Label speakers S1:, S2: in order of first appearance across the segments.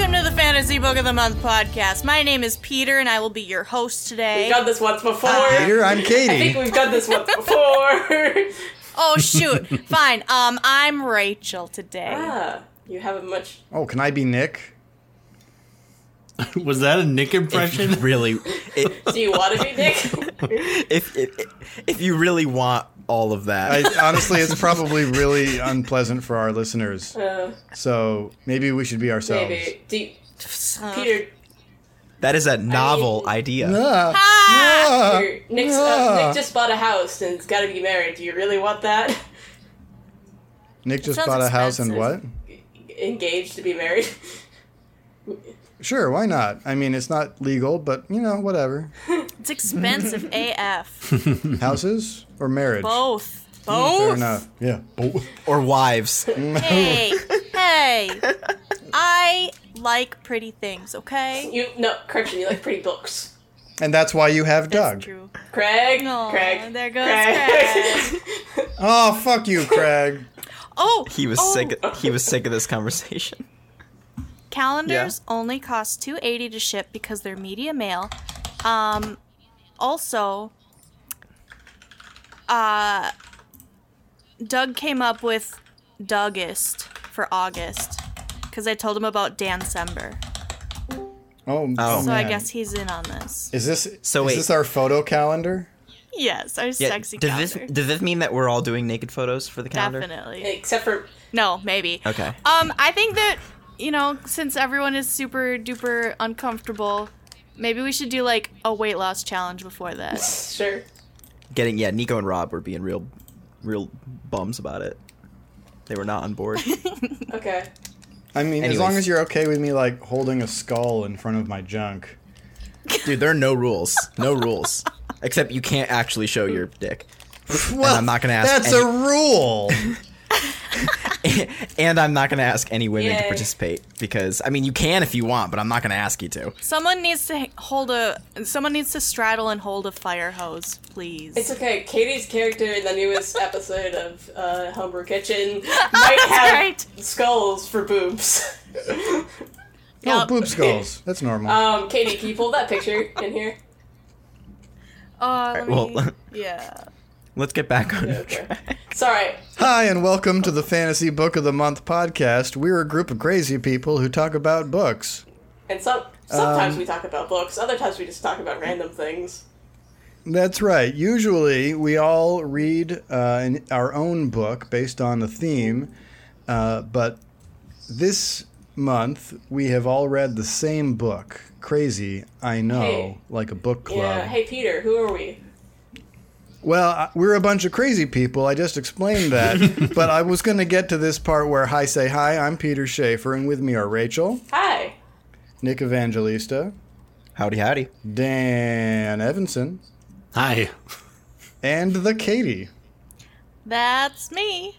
S1: Fantasy Book of the Month podcast. My name is Peter, and I will be your host
S2: We've
S1: today.
S2: done this once before.
S1: Uh,
S3: Peter, I'm
S2: I think
S3: Katie.
S2: we've done this once before.
S1: Oh shoot! Fine. Um, I'm Rachel today.
S2: ah, you haven't much.
S3: Oh, can I be Nick?
S4: Was that a Nick impression?
S5: really
S2: Do you want to be Nick?
S5: if, if if you really want all of
S3: I,
S5: that
S3: honestly, it's probably really uh, unpleasant for our listeners.
S1: Oh.
S2: Uh,
S3: So maybe we should be ourselves.
S2: maybe. Do you-
S1: Uh,
S2: Peter,
S5: that is a novel idea
S3: Ah,
S1: Ah!
S3: ah.
S2: Peter Nick's, uh, Nick just bought a house and's got to be married. Do you really want that?
S3: Nick just
S1: sounds
S3: bought a house and what?
S1: expensive.
S2: Engaged to be married?
S3: Sure, why not? I mean, it's not legal, but you know, whatever.
S1: It's expensive
S2: Hmm,
S1: AF.
S3: Houses or marriage?
S1: Both.
S3: Fair
S1: Both.
S3: enough. Yeah.
S5: or wives
S1: hey, hey. I like pretty things. Okay.
S2: You no correction. You like pretty books.
S3: And that's why you have Doug.
S1: That's true.
S2: Craig,
S1: Aw,
S2: Craig,
S1: there goes
S3: Oh, fuck you, Craig.
S1: Oh,
S5: he was
S1: oh,
S5: sick he was sick of this conversation
S1: Calendars only cost two eighty to ship because they're media mail. Um, also, uh, Doug came up with Dougist for August because I told him about Dancember.
S3: Oh,
S5: Oh.
S1: So I
S3: man.
S1: guess he's in on this.
S3: Is this
S5: So
S3: is
S5: wait.
S3: this our photo calendar?
S1: Yes, our sexy
S5: does this
S1: calendar.
S5: does this mean that we're all doing naked photos for the calendar
S1: Definitely.
S2: Except for
S1: No, maybe.
S5: Okay.
S1: Um, I think that you know, since everyone is super duper uncomfortable, maybe we should do like a weight loss challenge before that.
S2: sure.
S5: getting yeah Nico and Rob were being real real bums about it they were not on board
S2: Okay.
S3: I mean, as long
S5: Anyways.
S3: as you're okay with me like holding a skull in front of my junk.
S5: dude there are no rules no rules except you can't actually show your dick
S3: Well,
S5: I'm not gonna ask
S3: That's
S5: any-
S3: a rule.
S5: and I'm not going to ask any women to
S2: Yay.
S5: participate because I mean you can if you want, but I'm not going to ask you to.
S1: Someone needs to h- hold a. Someone needs to straddle and hold a fire hose, please.
S2: It's okay. Katie's character in the newest episode of uh, Homebrew Kitchen might have
S1: right.
S2: skulls for boobs.
S3: oh,
S1: Yep.
S3: boob skulls. That's normal.
S2: um, Katie, can you pull that picture in here?
S1: Uh, let
S5: well-
S1: me- yeah.
S5: Let's get back on
S2: Okay.
S5: track.
S2: Sorry.
S3: Hi, and welcome to the Fantasy Book of the Month podcast. We're a group of crazy people who talk about books.
S2: And some sometimes
S3: Um,
S2: we talk about books. Other times we just talk about random things.
S3: That's right. Usually, we all read uh, an, our own book based on a theme, uh, but this month we have all read the same book. Crazy, I know,
S2: Hey.
S3: like a book club.
S2: Yeah. Hey, Peter, who are we?
S3: Well, I- we're a bunch of crazy people. I just explained that. but I was going to get to this part where I say hi, I'm Peter Schaefer, and with me are Rachel,
S2: Hi.
S3: Nick Evangelista,
S5: Howdy howdy.
S3: Dan Evanson,
S4: Hi.
S3: and the Katie.
S1: That's me.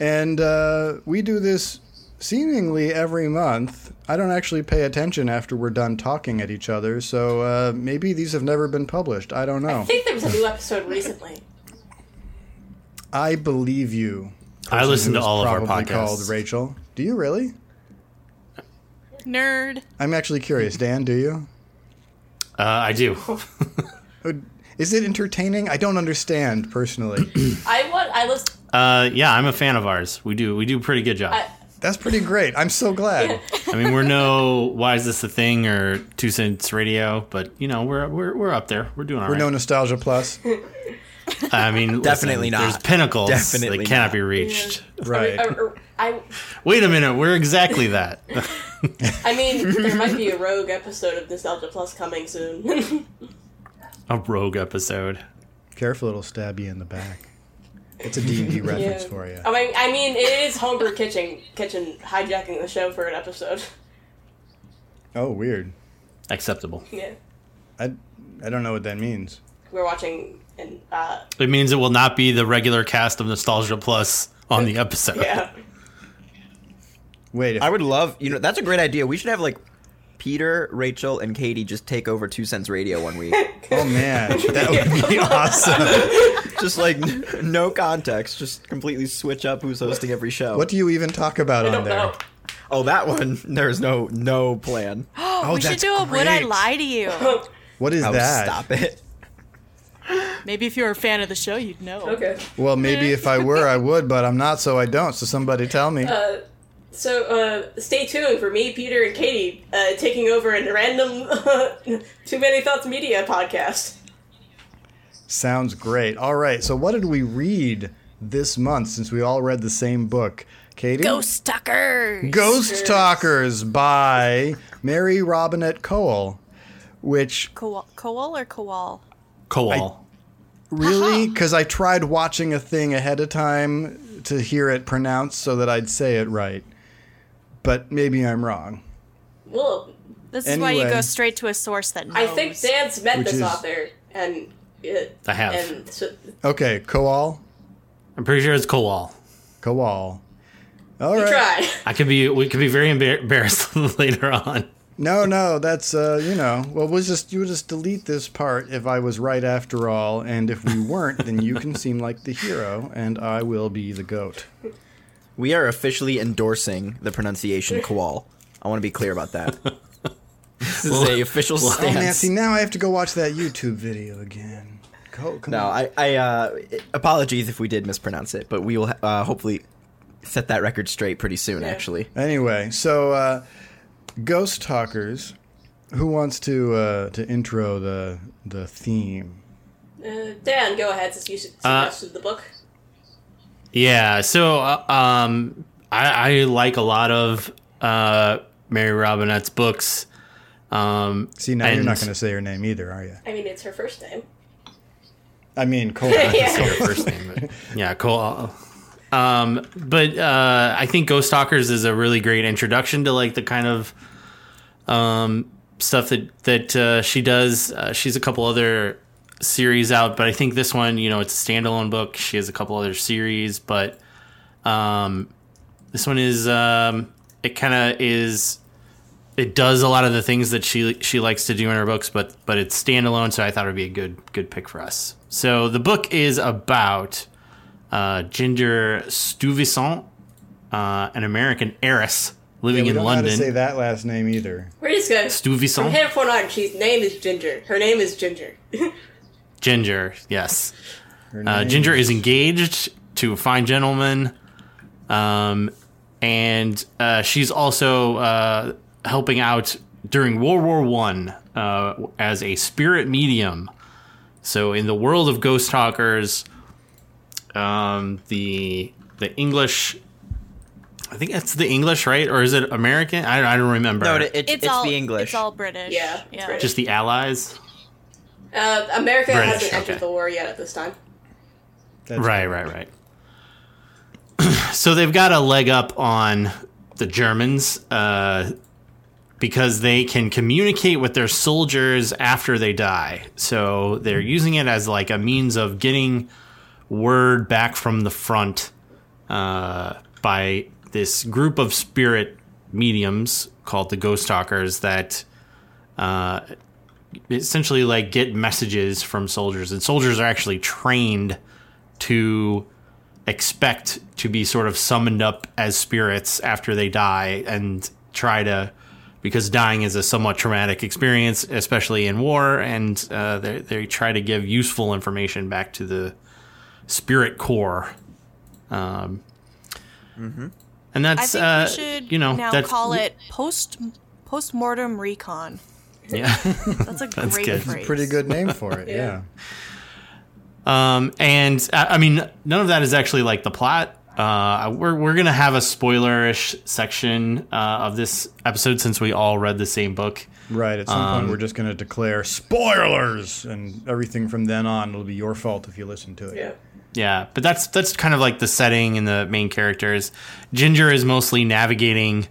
S3: And uh, we do this seemingly every month. I don't actually pay attention after we're done talking at each other, so uh, maybe these have never been published. I don't know.
S2: I think there was a new episode recently.
S3: I believe you.
S4: I listen to
S3: Who's
S4: all of our
S3: probably
S4: podcasts.
S3: Called Rachel. Do you really?
S1: Nerd.
S3: I'm actually curious, Dan. Do you?
S4: uh, I do.
S3: Uh, Is it entertaining? I don't understand personally.
S2: I want. I list.
S4: Uh, yeah, I'm a fan of ours. We do we do a pretty good job.
S2: I,
S4: I,
S3: That's pretty great. I'm so glad.
S4: mean, we're no why is this a thing or two cents radio, but you know we're we're, we're up there. We're doing all
S3: We're
S4: right.
S3: no nostalgia plus.
S4: I mean, listen,
S5: Definitely not.
S4: There's pinnacles
S5: Definitely
S4: that cannot
S5: not.
S4: be reached.
S3: Right.
S2: I, uh, er, I,
S4: Wait a minute, we're exactly that.
S2: I mean, there might be a rogue episode of Nostalgia Plus coming soon.
S4: a rogue episode.
S3: Careful, it'll stab you in the back. It's a D&D reference
S2: Yeah. Oh.
S3: for you.
S2: I mean, I mean, it is homebrew kitchen kitchen hijacking the show for an episode.
S3: Oh, weird.
S4: Acceptable.
S2: Yeah,
S3: I, I don't know what that means.
S2: we're watching and uh,
S4: It means it will not be the regular cast of Nostalgia Plus on the episode.
S2: yeah,
S3: Wait, if,
S5: I would love, you know, that's a great idea. We should have like Peter, Rachel, and Katie just take over Two Cents Radio one week.
S3: oh man, that would be awesome.
S5: just like n- no context, just completely switch up who's hosting every show.
S3: What do you even talk about
S2: I
S3: on
S2: don't
S3: there?
S2: know.
S5: Oh, that one. There's no no plan.
S1: we should
S5: that's
S1: do a Would I
S5: great.
S1: Lie to You?
S3: What is
S5: Oh,
S3: that?
S5: stop it.
S1: Maybe if you were a fan of the show, you'd know.
S2: okay.
S3: Well, maybe if I were, I would, but I'm not, so I don't. So somebody tell me.
S2: So, uh, stay tuned for me, Peter, and Katie uh, taking over in a random Too Many Thoughts Media podcast.
S3: Sounds great. All right. So what did we read this month since we all read the same book? Katie?
S1: Ghost Tucker.
S3: Ghost Talkers by Mary Robinette Cole, which
S1: Koal, Koal or Koal?
S4: Coal.
S3: Really? Because I tried watching a thing ahead of time to hear it pronounced so that I'd say it right. But maybe I'm wrong.
S2: Well,
S1: This is why you
S3: Anyway.
S1: go straight to a source that knows.
S2: I think Dan's met
S3: Which
S2: this
S3: is-
S2: author, and it,
S4: I have.
S2: And so,
S3: Okay, Koal?
S4: I'm pretty sure it's Coal.
S3: Koal. All right.
S2: try.
S4: I could be. We could be very embar- embarrassed later on.
S3: No, no, that's uh, you know. Well, we'll just you just delete this part if I was right after all, and if we weren't, then you can seem like the hero, and I will be the goat.
S5: We are officially endorsing the pronunciation koal. I want to be clear about that. this is a official
S3: Oh,
S5: stance.
S3: Nancy, now I have to go watch that YouTube video again. Go, come
S5: No,
S3: on.
S5: I, I uh, apologies if we did mispronounce it, but we will uh, hopefully set that record straight pretty soon. Actually,
S3: Anyway, so uh, Ghost Talkers. Who wants to uh, to intro the the theme?
S2: Uh, Dan, go ahead since you su-
S4: Uh,
S2: suggested the book.
S4: Yeah. So uh, um, I, I like a lot of uh, Mary Robinette's books. Um,
S3: See, now you're
S4: and-
S3: not going to say her name either, are you?
S2: I mean, it's her first name.
S3: I mean, Cole.
S4: Say
S2: yeah.
S4: her first name. But yeah, cool. Um, but uh, I think Ghost Stalkers is a really great introduction to like the kind of um, stuff that that uh, she does. Uh, she's a couple other series out, but I think this one, you know, it's a standalone book. She has a couple other series, but um, this one is um, it kind of is it does a lot of the things that she she likes to do in her books, but but it's standalone. So I thought it would be a good good pick for us. So the book is about uh, Ginger Stuyvesant, uh, an American heiress living
S3: we
S4: in
S3: don't know how to say
S4: London.
S3: that last name either.
S2: We're just going to. From
S4: Stuyvesant
S2: here point on, she's name is Ginger. Her name is Ginger.
S4: Ginger, yes.
S3: Her
S4: Uh,
S3: name-
S4: Ginger is engaged to a fine gentleman, um, and uh, she's also uh, helping out during World War One uh, as a spirit medium. So, in the world of ghost talkers, um, the the English, I think that's the English, right? Or is it American? I, I don't remember.
S5: no, it, it,
S1: it's,
S5: it's,
S1: all
S5: the English.
S1: It's all British.
S2: Yeah,
S1: yeah.
S2: British.
S4: Just the Allies,
S2: Uh, America
S4: British,
S2: hasn't entered
S4: okay.
S2: the war yet at this time.
S3: That's
S4: right, right, right. so they've got a leg up on the Germans uh, because they can communicate with their soldiers after they die. So they're using it as like a means of getting word back from the front uh, by this group of spirit mediums called the Ghost Talkers that. Uh, essentially like get messages from soldiers and soldiers are actually trained to expect to be sort of summoned up as spirits after they die and try to because dying is a somewhat traumatic experience especially in war and uh, they, they try to give useful information back to the spirit core um, and
S1: Mm-hmm. I
S4: that's
S1: think
S4: uh,
S1: we should
S4: you know
S1: now
S4: that's
S1: call it post postmortem recon.
S4: yeah
S1: That's a great
S4: good.
S1: phrase.
S3: Pretty good name for it. yeah.
S4: Um, and I I mean, none of that is actually like the plot. Uh, we're we're gonna have a spoilerish section uh, of this episode since we all read the same book.
S3: Right. At some
S4: Um,
S3: point, we're just going to declare spoilers, and everything from then on will be your fault if you listen to it.
S2: Yeah.
S4: Yeah, but that's that's kind of like the setting and the main characters. Ginger is mostly navigating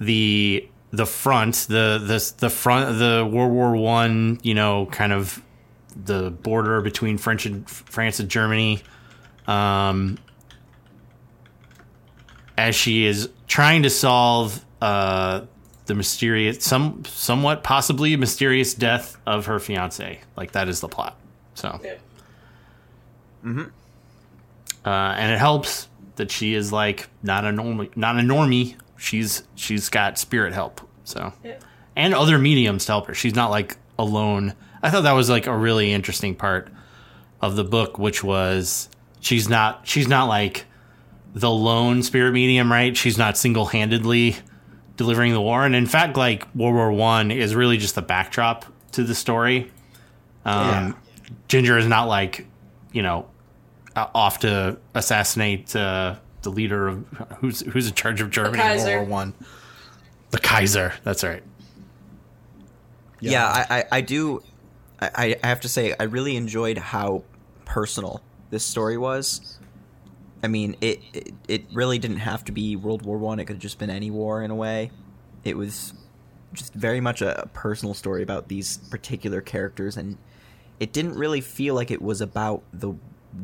S4: the the front, the the the front, the World War One, you know, kind of the border between French and France and Germany. Um, as she is trying to solve uh, the mysterious, some somewhat possibly mysterious death of her fiance, like that is the plot. So.
S2: yeah.
S4: Uh, and it helps that she is like not a normie, not a normie, she's she's got spirit help. So
S2: Yeah.
S4: and other mediums to help her. She's not like alone. I thought that was like a really interesting part of the book, which was she's not she's not like the lone spirit medium, right? She's not single handedly delivering the war. And in fact, like World War One is really just the backdrop to the story. Um,
S3: Yeah.
S4: Ginger is not like, you know, uh, off to assassinate uh, the leader of who's who's in charge of Germany in World
S2: Kaiser.
S4: War One. The Kaiser. That's right.
S5: Yeah, I, I, I do. I, I have to say, I really enjoyed how personal this story was. I mean, it it, it really didn't have to be World War One. It could have just been any war in a way. It was just very much a, a personal story about these particular characters, and it didn't really feel like it was about the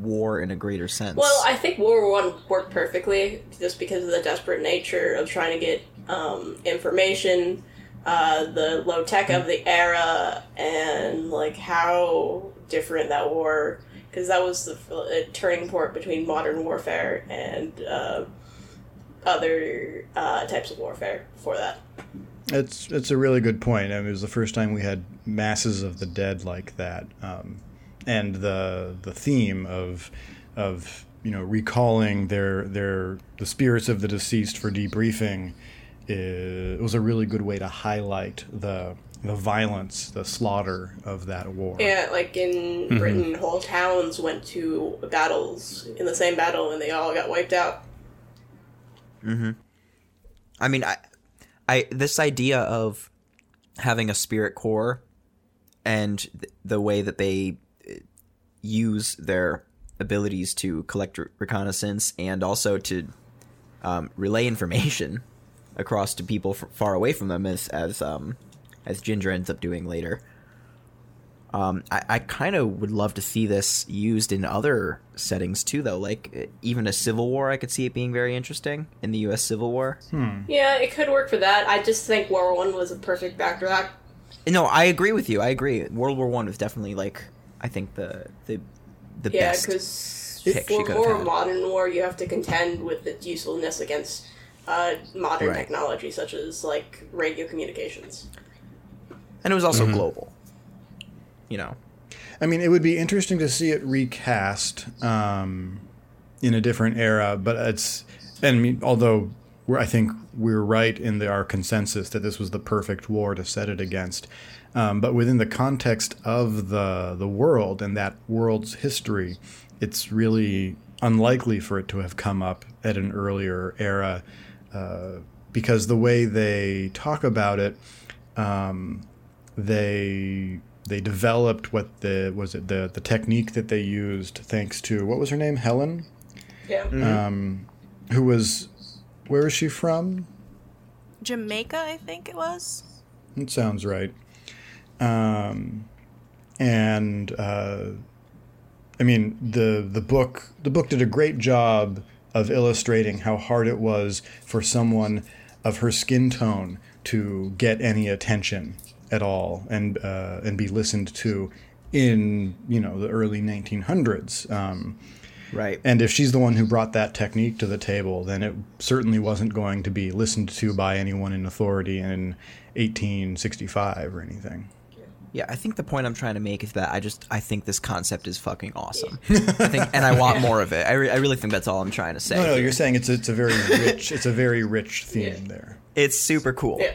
S5: war in a greater sense.
S2: Well, I think World War One worked perfectly just because of the desperate nature of trying to get um, information, uh, the low tech of the era, and like how different that war because that was the uh, turning point between modern warfare and uh, other uh, types of warfare for that.
S3: It's it's a really good point. I mean, it was the first time we had masses of the dead like that, um, and the the theme of of you know recalling their their the spirits of the deceased for debriefing is, was a really good way to highlight the the violence, the slaughter of that war.
S2: Yeah, like in Britain, whole towns went to battles in the same battle and they all got wiped out.
S5: I mean, I, I this idea of having a spirit core and th- the way that they eh, use their abilities to collect re- reconnaissance and also to um, relay information across to people f- far away from them, as as um, as Ginger ends up doing later. Um, I, I kind of would love to see this used in other settings too, though. Like eh, even a civil war, I could see it being very interesting in the U.S. Civil War.
S2: Yeah, it could work for that. I just think World War One was a perfect backdrop.
S5: No, I agree with you. I agree. World War One was definitely like I think the the the
S2: Yeah,
S5: best.
S2: because
S5: pick she
S2: for
S5: could've
S2: more
S5: had.
S2: modern war, you have to contend with its usefulness against uh, modern
S5: Right.
S2: technology such as like radio communications.
S5: and it was also
S3: Mm-hmm.
S5: global. You know,
S3: I mean, it would be interesting to see it recast um, in a different era, but it's and I mean, although we're, I think we're right in the, our consensus that this was the perfect war to set it against, um, but within the context of the the world and that world's history, it's really unlikely for it to have come up at an earlier era uh, because the way they talk about it they they developed what the was it the the technique that they used thanks to what was her name Helen
S2: Yeah,
S3: who was where was she from
S1: Jamaica, I think it was.
S3: That sounds right. Um, and uh, I mean the the book the book did a great job of illustrating how hard it was for someone of her skin tone to get any attention at all and uh, and be listened to in you know the early 1900s. Um,
S5: right?
S3: and if she's the one who brought that technique to the table, then it certainly wasn't going to be listened to by anyone in authority in 1865 or anything.
S5: yeah, I think the point I'm trying to make is that I just I think this concept is fucking awesome. I think, and I want more of it. I, re- I really think that's all I'm trying to say.
S3: No, no, you're saying it's it's a very rich it's a very rich theme
S2: Yeah.
S3: there.
S5: it's super cool,
S2: yeah.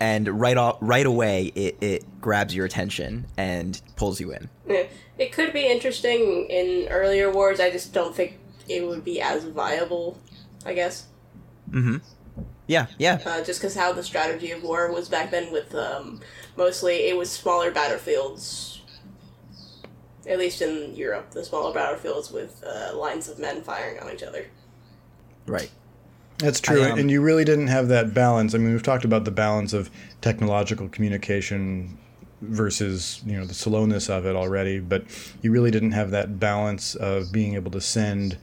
S5: and right off, right away it, it grabs your attention and pulls you in.
S2: Yeah. It could be interesting in earlier wars. I just don't think it would be as viable. I guess
S5: Yeah, yeah,
S2: uh, just because how the strategy of war was back then, with um, mostly it was smaller battlefields. At least in Europe, the smaller battlefields with uh, lines of men firing on each other.
S5: right.
S3: That's true,
S5: I, um,
S3: and you really didn't have that balance. I mean, we've talked about the balance of technological communication versus you know the slowness of it already, but you really didn't have that balance of being able to send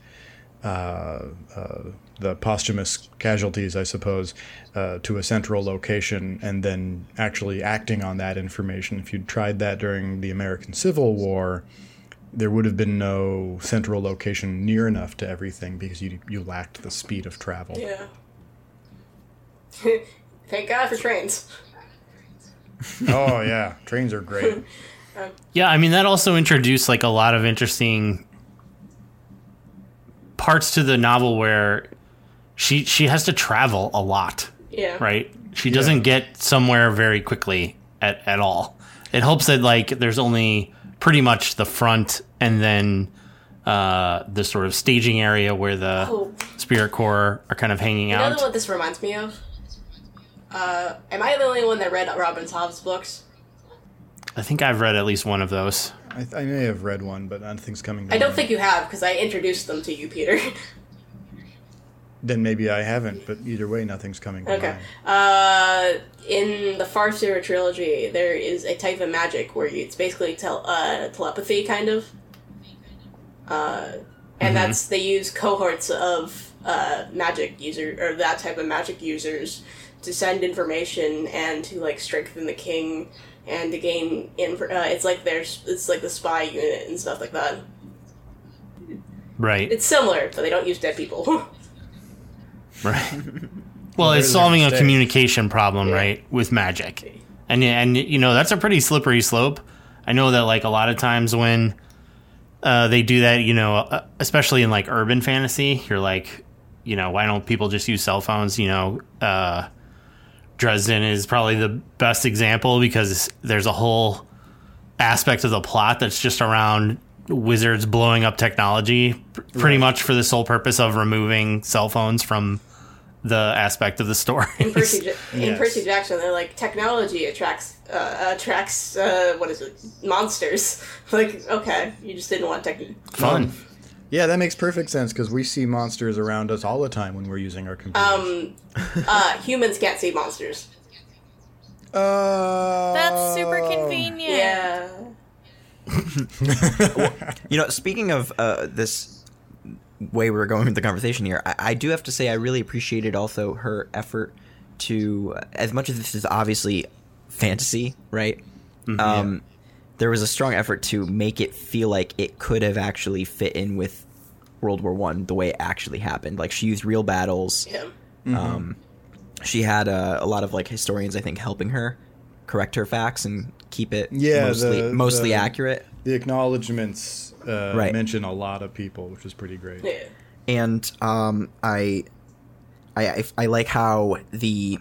S3: uh, uh, the posthumous casualties, I suppose, uh, to a central location and then actually acting on that information. If you'd tried that during the American Civil War. There would have been no central location near enough to everything because you, you lacked the speed of travel.
S2: Yeah. Thank God for trains.
S3: oh yeah, trains are great.
S4: Yeah, I mean that also introduced like a lot of interesting parts to the novel where she she has to travel a lot,
S2: Yeah.
S4: right? She doesn't get somewhere very quickly at at all. It helps that like there's only pretty much the front and then uh, the sort of staging area where the
S2: Oh,
S4: spirit corps are kind of hanging
S2: you know
S4: out.
S2: what this reminds me of? Uh, am I the only one that read Robin Hobb's books?
S4: I think I've read at least one of those.
S3: I, I may have read one, but nothing's coming. To
S2: I don't
S3: mind.
S2: think you have, because I introduced them to you, Peter.
S3: Then maybe I haven't, but either way, nothing's coming. To
S2: Okay.
S3: mind.
S2: Uh, in the Farseer trilogy, there is a type of magic where you, it's basically tel- uh, telepathy, kind of. Uh, and that's they use cohorts of uh, magic user or that type of magic users to send information and to like strengthen the king and to gain inf- uh, it's like there's it's like the spy unit and stuff like that.
S4: Right.
S2: It's similar, but they don't use dead people.
S4: Right. Well, it's
S3: There's a
S4: solving a
S3: mistake.
S4: communication problem, right, with magic, and and you know that's a pretty slippery slope. I know that like a lot of times when uh, they do that, you know, uh, especially in like urban fantasy, you're like, you know, why don't people just use cell phones? You know, uh, Dresden is probably the best example because there's a whole aspect of the plot that's just around wizards blowing up technology pr- pretty much for the sole purpose of removing cell phones from the aspect of the story.
S2: in Percy, Ja- in
S3: Yes.
S2: Percy Jackson, they're like technology attracts uh, attracts uh, what is it monsters? like okay, you just didn't want tech.
S4: Fun.
S3: Yeah, that makes perfect sense because we see monsters around us all the time when we're using our computers.
S2: Um, uh, humans can't see monsters.
S3: Oh.
S1: That's super convenient.
S2: Yeah,
S5: You know, speaking of uh, this way we're going with the conversation here, I, I do have to say I really appreciated also her effort to, uh, as much as this is obviously fantasy, right?
S3: Mm-hmm.
S5: um, There was a strong effort to make it feel like it could have actually fit in with World War One the way it actually happened. Like she used real battles.
S2: yeah.
S5: Um, she had uh, a lot of like historians, I think, helping her correct her facts and keep it
S3: Yeah,
S5: mostly
S3: the-
S5: mostly
S3: the-
S5: accurate.
S3: The acknowledgments uh,
S5: Right.
S3: mention a lot of people, which is pretty great.
S2: yeah.
S5: and um, I, I, I, I like how the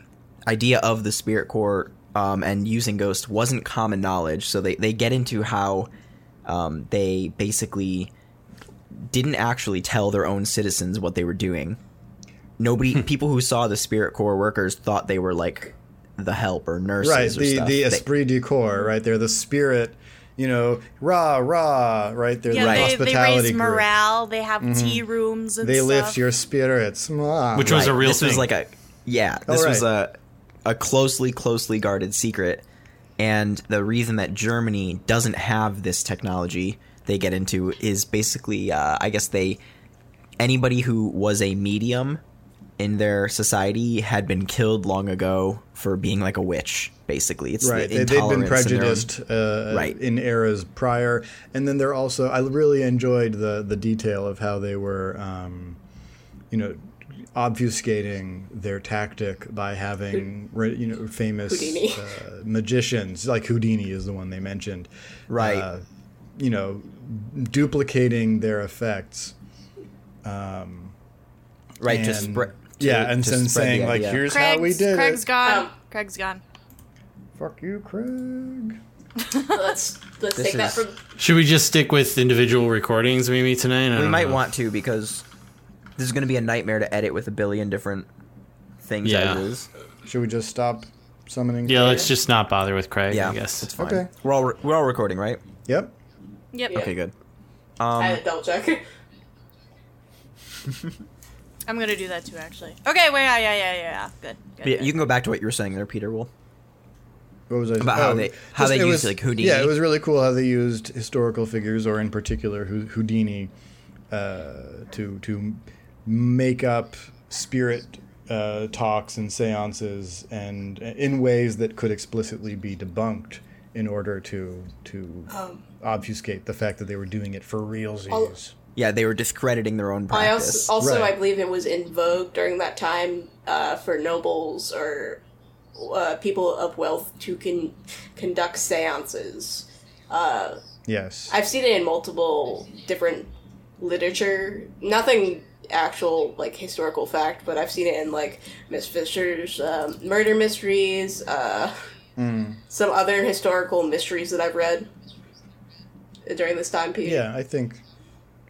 S5: idea of the spirit core um, and using ghost wasn't common knowledge. So they, they get into how um, they basically didn't actually tell their own citizens what they were doing.
S3: Hmm.
S5: Nobody, people who saw the spirit core workers thought they were like the help or nurses
S3: Right,
S5: or
S3: the,
S5: stuff.
S3: the
S5: They-
S3: esprit du corps, right? They're the spirit, you know, rah, rah, right? They're
S1: Yeah,
S3: the
S1: they, they
S3: hospitality
S1: raise
S3: group. Mm-hmm.
S1: morale. They have tea rooms and
S3: They
S1: stuff.
S3: lift your spirits. Mwah.
S4: Which was a real
S5: this was
S4: thing.
S5: like a yeah. This was a a closely closely guarded secret, and the reason that Germany doesn't have this technology they get into is basically uh, I guess they anybody who was a medium in their society had been killed long ago for being like a witch. Basically, it's
S3: right
S5: The
S3: they, they've been
S5: intolerance in their own-
S3: prejudiced uh,
S5: Right.
S3: in eras prior and then they're also i really enjoyed the the detail of how they were um, you know obfuscating their tactic by having re- you know famous
S2: Houdini.
S3: uh, magicians like houdini is the one they mentioned
S5: Right.
S3: uh, you know duplicating their effects
S5: right to
S3: and-
S5: spread.
S3: yeah and then saying like here's how we
S1: Craig's,
S3: did
S1: Craig's
S3: it
S1: gone.
S2: Um,
S1: Craig's gone.
S3: fuck you craig
S2: Let's let's
S5: This
S2: take that
S5: is-
S2: from.
S4: Should we just stick with individual recordings maybe tonight? I
S5: We
S4: don't
S5: might
S4: know.
S5: want to because this is going to be a nightmare to edit with a billion different things
S4: Yeah.
S5: as is.
S3: should we just stop summoning
S4: Yeah,
S3: Craig?
S4: let's just not bother with Craig.
S5: Yeah,
S4: I guess.
S5: it's fine.
S3: Okay.
S5: We're all we're all recording, right?
S3: yep
S1: Yep.
S2: Yeah.
S5: Okay, good.
S2: I had
S5: Um,
S2: to double check.
S1: I'm gonna do that too, actually. Okay. Wait. Yeah. Yeah. Yeah. Yeah. yeah. Good. good,
S5: but yeah,
S1: good.
S5: you can go back to what you were saying there, Peter. Will.
S3: What was I Oh,
S5: About how they- how they
S3: it was-
S5: used, like, Houdini.
S3: Yeah, it was really cool how they used historical figures, or in particular Hu- Houdini, uh, to to make up spirit uh, talks and seances, and in ways that could explicitly be debunked in order to to obfuscate the fact that they were doing it for realsies.
S5: Yeah, they were discrediting their own
S2: I
S5: practice.
S2: also, also
S3: Right.
S2: I believe it was in vogue during that time uh, for nobles or uh, people of wealth to con- conduct seances. Uh,
S3: Yes.
S2: I've seen it in multiple different literature. Nothing actual like historical fact, but I've seen it in like Miss Fisher's um, murder mysteries, uh, some other historical mysteries that I've read during this time period.
S3: yeah, I think.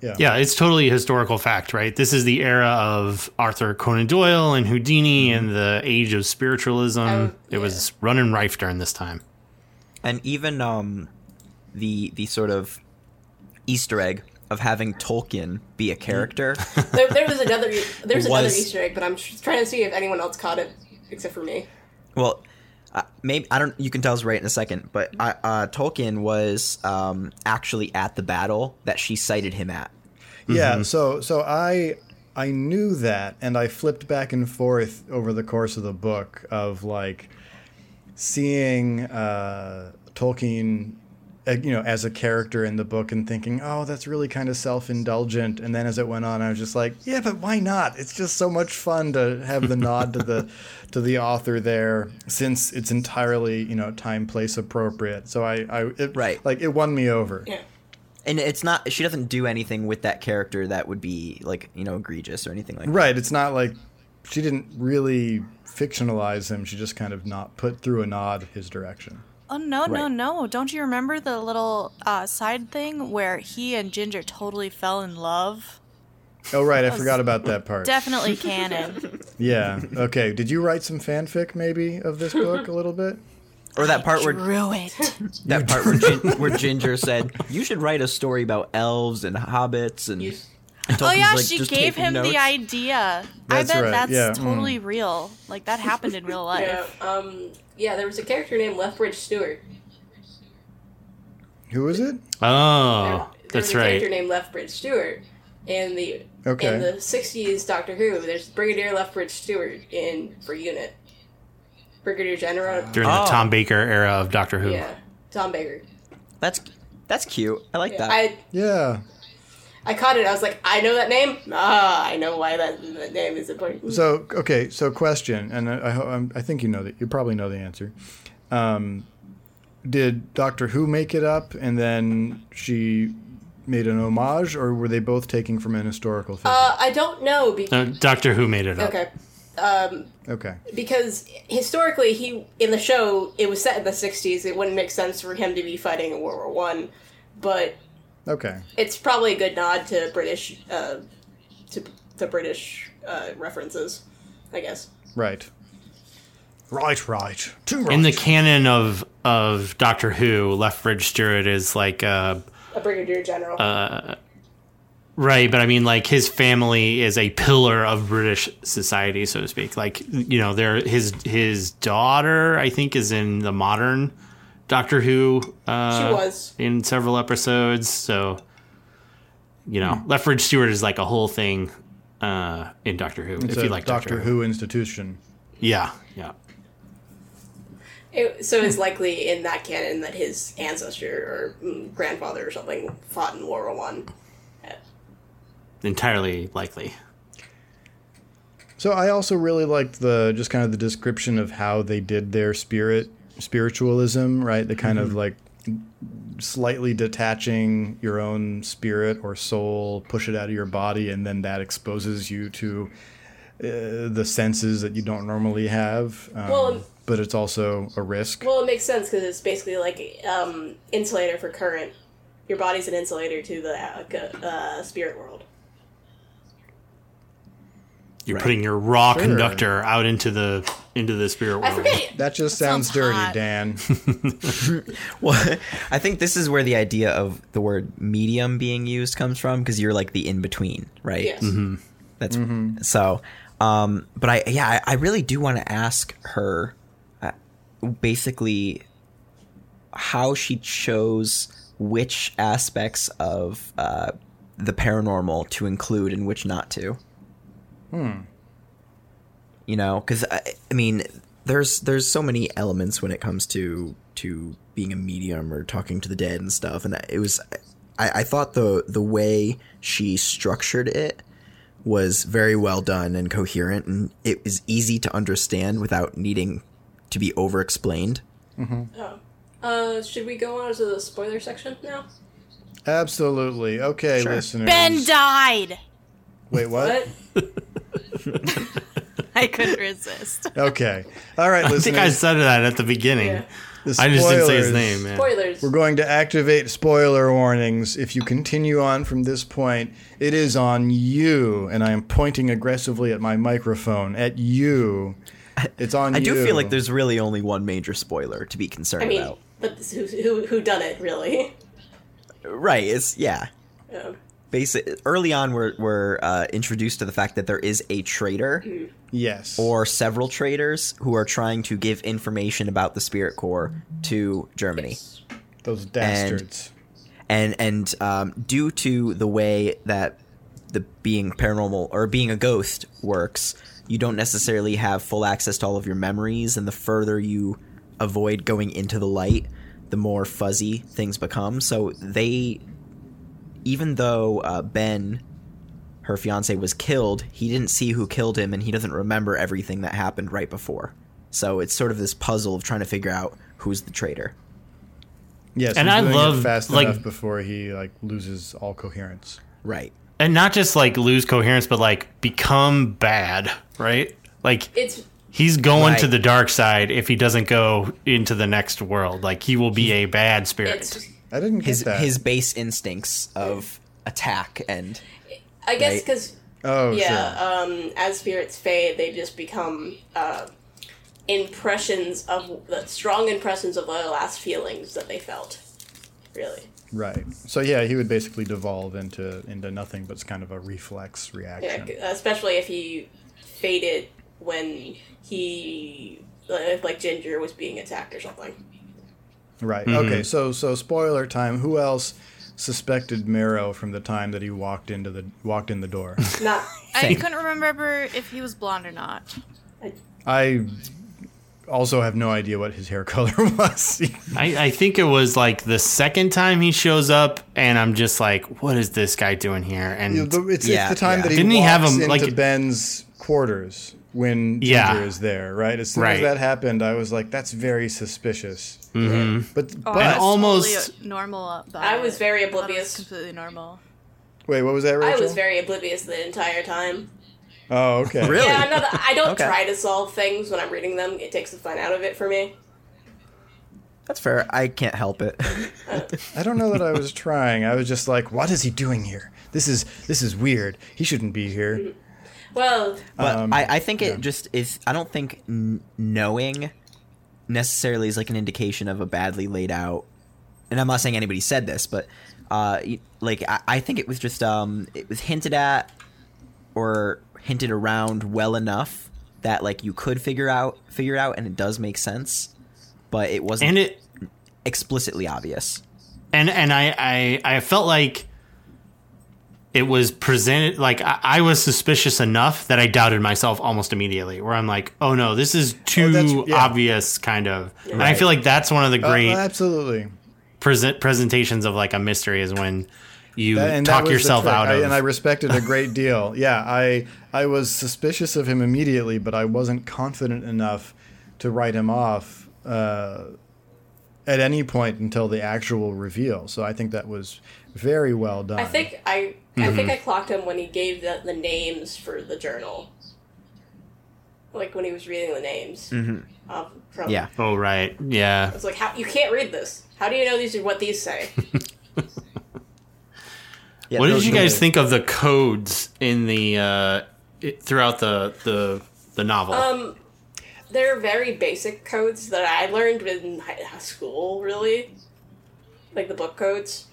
S4: Yeah, it's totally a historical fact, right? This is the era of Arthur Conan Doyle and Houdini and the age of spiritualism.
S2: Mm-hmm. Oh,
S4: It was run and rife during this time.
S5: and even um, the the sort of Easter egg of having Tolkien be a character.
S2: there, there was another there was another
S5: Was.
S2: Easter egg, but I'm just trying to see if anyone else caught it except for me.
S5: Well, uh, maybe I don't. You can tell us right in a second, but I, uh, Tolkien was um, actually at the battle that she cited him at.
S3: Yeah. So so I I knew that, and I flipped back and forth over the course of the book of like seeing uh, Tolkien, uh, you know, as a character in the book, and thinking, oh, that's really kind of self-indulgent. And then as it went on, I was just like, yeah, but why not? It's just so much fun to have the nod to the to the author there, since it's entirely you know time place appropriate. So I I it,
S5: Right.
S3: like it won me over.
S2: Yeah.
S5: And it's not. She doesn't do anything with that character that would be like you know egregious or anything like. that.
S3: Right. It's not like she didn't really fictionalize him. She just kind of not put through a nod his direction.
S1: Oh no, no,
S5: Right.
S1: no! Don't you remember the little uh, side thing where he and Ginger totally fell in love?
S3: Oh, right. I forgot about that part.
S1: Definitely canon.
S3: Yeah. Okay. Did you write some fanfic maybe of this book a little bit?
S5: Or that part where
S1: Drew it.
S5: that part where, Gin, where Ginger said you should write a story about elves and hobbits and. and
S1: Oh
S5: Tolkien's
S1: yeah,
S5: like,
S1: she
S5: "Just
S1: gave
S5: taking
S1: him
S5: notes."
S1: the idea.
S3: That's
S1: I bet
S3: right,
S1: that's
S3: yeah, mm.
S1: totally real. Like that happened in real life.
S2: Yeah. Um. Yeah. There was a character named Lethbridge Stewart.
S3: Who is it?
S2: There- there
S4: Oh,
S2: was
S4: that's
S2: a Character
S4: right.
S2: named Lethbridge Stewart. In the
S3: Okay.
S2: in the '60s Doctor Who, there's Brigadier Lethbridge Stewart in for unit. Brigadier General.
S4: During the
S5: Oh.
S4: Tom Baker era of Doctor Who.
S2: yeah. Tom Baker.
S5: That's that's cute. I like that.
S2: I
S3: Yeah.
S2: I caught it. I was like, I know that name. Ah, I know why that, that name is important.
S3: So okay. So question, and I I, ho- I'm- I think you know that you probably know the answer. Um, did Doctor Who make it up, and then she made an homage, or were they both taking from an historical figure?
S2: Uh, I don't know because
S4: No, Doctor Who made it up.
S2: okay. Um,
S3: okay.
S2: because historically he in the show it was set in the 60s it wouldn't make sense for him to be fighting in world war one but
S3: Okay.
S2: it's probably a good nod to british uh, to, to british uh, references i guess
S3: Right. Right, right. Two
S4: In the canon of of Doctor Who, Leftbridge Stewart is like uh,
S2: a brigadier general
S3: Uh-huh.
S4: Right, but I mean, like his family is a pillar of British society, so to speak. Like you know, there his his daughter, I think, is in the modern Doctor Who. Uh,
S2: She was.
S4: in several episodes, so you know, Lethbridge Stewart is like a whole thing uh, in Doctor Who. if
S3: It's
S4: you
S3: a
S4: like
S3: Doctor, Who. institution.
S4: yeah, yeah,
S2: It- so it's likely in that canon that his ancestor or mm, grandfather or something fought in world war one
S4: entirely likely.
S3: So I also really liked the just kind of the description of how they did their spirit spiritualism, right? The kind
S4: Mm-hmm.
S3: of like slightly detaching your own spirit or soul, push it out of your body, and then that exposes you to uh, the senses that you don't normally have. Um,
S2: Well,
S3: but it's also a risk.
S2: well it makes sense because it's basically like um, insulator for current your body's an insulator to the uh, uh, spirit world
S4: You're putting your raw
S3: Sure.
S4: conductor out into the into the spirit world.
S2: I forget.
S3: that just
S1: sounds
S3: sounds dirty,
S1: hot.
S3: Dan.
S5: Well, I think this is where the idea of the word medium being used comes from because you're like the in between, right?
S2: Yes.
S3: Mm-hmm.
S5: That's so. Um, but I yeah, I, I really do want to ask her, uh, basically, how she chose which aspects of uh, the paranormal to include and which not to. Hmm. You know, because I, I mean, there's there's so many elements when it comes to to being a medium or talking to the dead and stuff, and it was I, I thought the the way she structured it was very well done and coherent, and it was easy to understand without needing to be over explained.
S2: Oh. Uh, should we go on to the spoiler section now?
S3: Absolutely. Okay, listeners.
S1: Ben died.
S3: Wait, what?
S2: What?
S1: I couldn't resist.
S3: Okay. All right,
S4: I
S3: listeners.
S4: think I said that at the beginning.
S2: Yeah.
S3: the
S4: I just didn't say his
S3: spoilers.
S4: name, man.
S2: Spoilers.
S3: We're going to activate spoiler warnings. If you continue on from this point, it is on you. And I am pointing aggressively at my microphone at you. It's on
S5: I
S3: you.
S5: do feel like there's really only one major spoiler to be concerned
S2: I mean,
S5: about.
S2: but this- who who who done it really?
S5: Right? It's yeah.
S2: Um,
S5: Basic. Early on, we're we're uh, introduced to the fact that there is a traitor.
S2: Mm.
S3: yes.
S5: or several traitors who are trying to give information about the spirit core to Germany.
S3: those dastards.
S5: And and um, due to the way that the being paranormal or being a ghost works, you don't necessarily have full access to all of your memories, and the further you avoid going into the light, the more fuzzy things become. So they, even though uh, Ben. Her fiance was killed. He didn't see who killed him, and he doesn't remember everything that happened right before. So it's sort of this puzzle of trying to figure out who's the traitor.
S3: yes.
S4: and
S3: he's
S4: I
S3: doing it
S4: love,
S3: fast
S4: like-
S3: enough before he like loses all coherence.
S5: Right.
S4: and not just like lose coherence, but like become bad, right? Like
S2: it's
S4: he's going to
S5: Right.
S4: the dark side if he doesn't go into the next world. Like he will be a bad spirit.
S2: it's.
S3: I didn't get
S5: his
S3: that.
S5: his base instincts of attack and
S2: I guess
S5: Right.
S2: because
S3: oh,
S2: yeah,
S3: sure.
S2: um, as spirits fade, they just become uh, impressions of the strong impressions of their last feelings that they felt. Really,
S3: Right. So yeah, he would basically devolve into into nothing but it's kind of a reflex
S2: yeah,
S3: reaction.
S2: c- especially if he faded when he like like Ginger was being attacked or something.
S3: Right. Okay. So so spoiler time. Who else suspected Marrow from the time that he walked into the walked in the door?
S2: Not
S1: I couldn't remember if he was blonde or not.
S3: I also have no idea what his hair color was.
S4: I, I think it was like the second time he shows up, and I'm just like, what is this guy doing here? And
S3: it's,
S5: Yeah,
S3: the time
S5: yeah.
S3: that he
S4: Didn't he
S3: walks
S4: have him,
S3: into
S4: like-
S3: Ben's quarters when Ginger
S4: Yeah.
S3: is there. Right. As soon as
S4: Right. Mm.
S3: that happened, I was like, that's very suspicious.
S5: Mm-hmm.
S3: But
S5: Oh,
S2: Oh,
S3: but
S1: I was
S4: And almost-
S1: totally normal. About
S2: I was
S1: it.
S2: very
S1: I thought it was
S2: oblivious.
S1: completely normal.
S3: wait, what was that?
S2: I
S3: Rachel?
S2: was very oblivious the entire time.
S3: Oh, okay.
S5: Really?
S2: Yeah, no, th- I don't
S5: Okay.
S2: try to solve things when I'm reading them. It takes the fun out of it for me.
S5: that's fair i can't help it
S3: I don't know that I was trying. I was just like, what is he doing here? This is this is weird. He shouldn't be here.
S2: Well,
S5: but
S3: Um,
S5: I, I think it
S3: yeah.
S5: just is i don't think n- knowing necessarily is like an indication of a badly laid out and i'm not saying anybody said this but uh y- like i, I think it was just um it was hinted at or hinted around well enough that like you could figure out figure it out and it does make sense but it wasn't
S4: and it
S5: explicitly obvious
S4: and and I I, I felt like it was presented like I, I was suspicious enough that I doubted myself almost immediately. Where I'm like, oh no, this is
S3: that's-
S4: too
S3: yeah.
S4: obvious, kind of. And I feel like that's one of the
S3: Uh,
S4: great
S3: absolutely.
S4: present presentations of like a mystery is when you
S3: That- Uh, and that
S4: talk
S3: was the
S4: yourself
S3: trick.
S4: out
S3: I-
S4: of.
S3: and I respected a great deal. Yeah, I I was suspicious of him immediately, but I wasn't confident enough to write him off uh, at any point until the actual reveal. So I think that was very well done.
S2: I think I I think I clocked him when he gave the, the names for the journal. Like when he was reading the names. Mm-hmm. Um, from,
S5: yeah
S4: oh right, yeah.
S2: It's like how you can't read this. How do you know these are what these say?
S5: Yeah,
S4: What did
S5: those
S4: you guys
S5: numbers.
S4: think of the codes in the uh, it, throughout the the the novel?
S2: um, they're very basic codes that I learned in high high school, really. Like the book codes.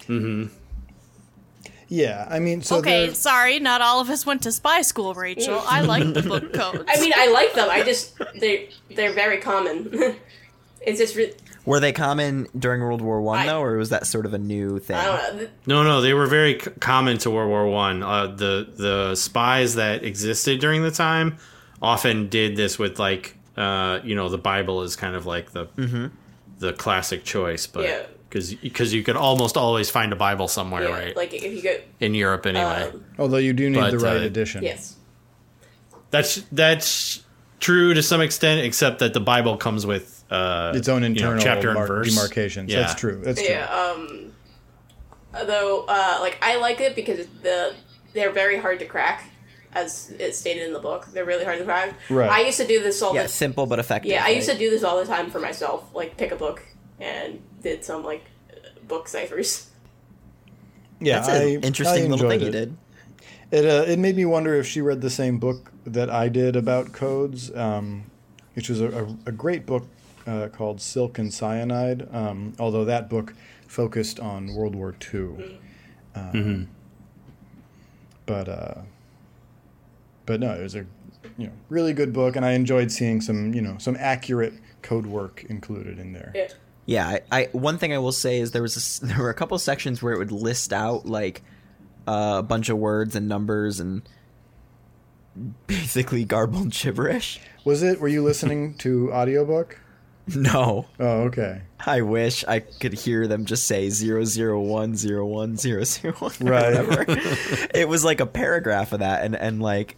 S3: yeah, I mean, so
S1: okay,
S3: there-
S1: sorry, not all of us went to spy school, Rachel. I like the book codes.
S2: I mean, I like them. I just they they're very common. it's just re-
S5: Were they common during World War One
S2: I-
S5: though, or was that sort of a new thing?
S2: I don't know.
S4: No, no, they were very c- common to World War One. Uh, the the spies that existed during the time often did this with
S3: Mm-hmm.
S4: like uh, you know the Bible is kind of like the the classic choice, but
S2: Yeah.
S4: because you could almost always find a Bible somewhere,
S2: Yeah,
S4: right?
S2: Like if you go,
S4: in Europe, anyway.
S2: um,
S3: Although you do need
S4: But,
S3: the right
S4: uh,
S3: edition.
S2: yes,
S4: that's that's true to some extent, except that the Bible comes with uh,
S3: Its own
S4: you know,
S3: internal
S4: chapter and
S3: mar-
S4: verse
S3: demarcations.
S4: Yeah.
S3: That's true. That's
S2: yeah. Um, though, uh, like I like it because the they're very hard to crack, as it's stated in the book. They're really hard to crack.
S3: Right.
S2: I used to do this all
S5: Yeah,
S2: the
S5: simple but effective.
S2: Yeah, I used to
S5: right?
S2: do this all the time for myself. Like, pick a book and did some like uh, book ciphers.
S3: true. Yeah,
S5: That's
S3: I-
S5: an
S3: I
S5: interesting little thing
S3: enjoyed
S5: you
S3: it. It
S5: did.
S3: uh, it made me wonder if she read the same book that I did about codes, um, which was a, a, a great book uh, called Silk and Cyanide. Um, although that book focused on World War II. Um, But uh, but no, it was a you know really good book, and I enjoyed seeing some you know some accurate code work included in there.
S2: Yeah.
S5: Yeah, I, I one thing I will say is there was a s there were a couple sections where it would list out like uh, a bunch of words and numbers and basically garbled gibberish.
S3: Was it? Were you listening to audiobook?
S5: No,
S3: Oh, okay.
S5: I wish I could hear them just say zero zero one zero one zero zero one. or
S3: Right.
S5: whatever. it was like a paragraph of that, and and like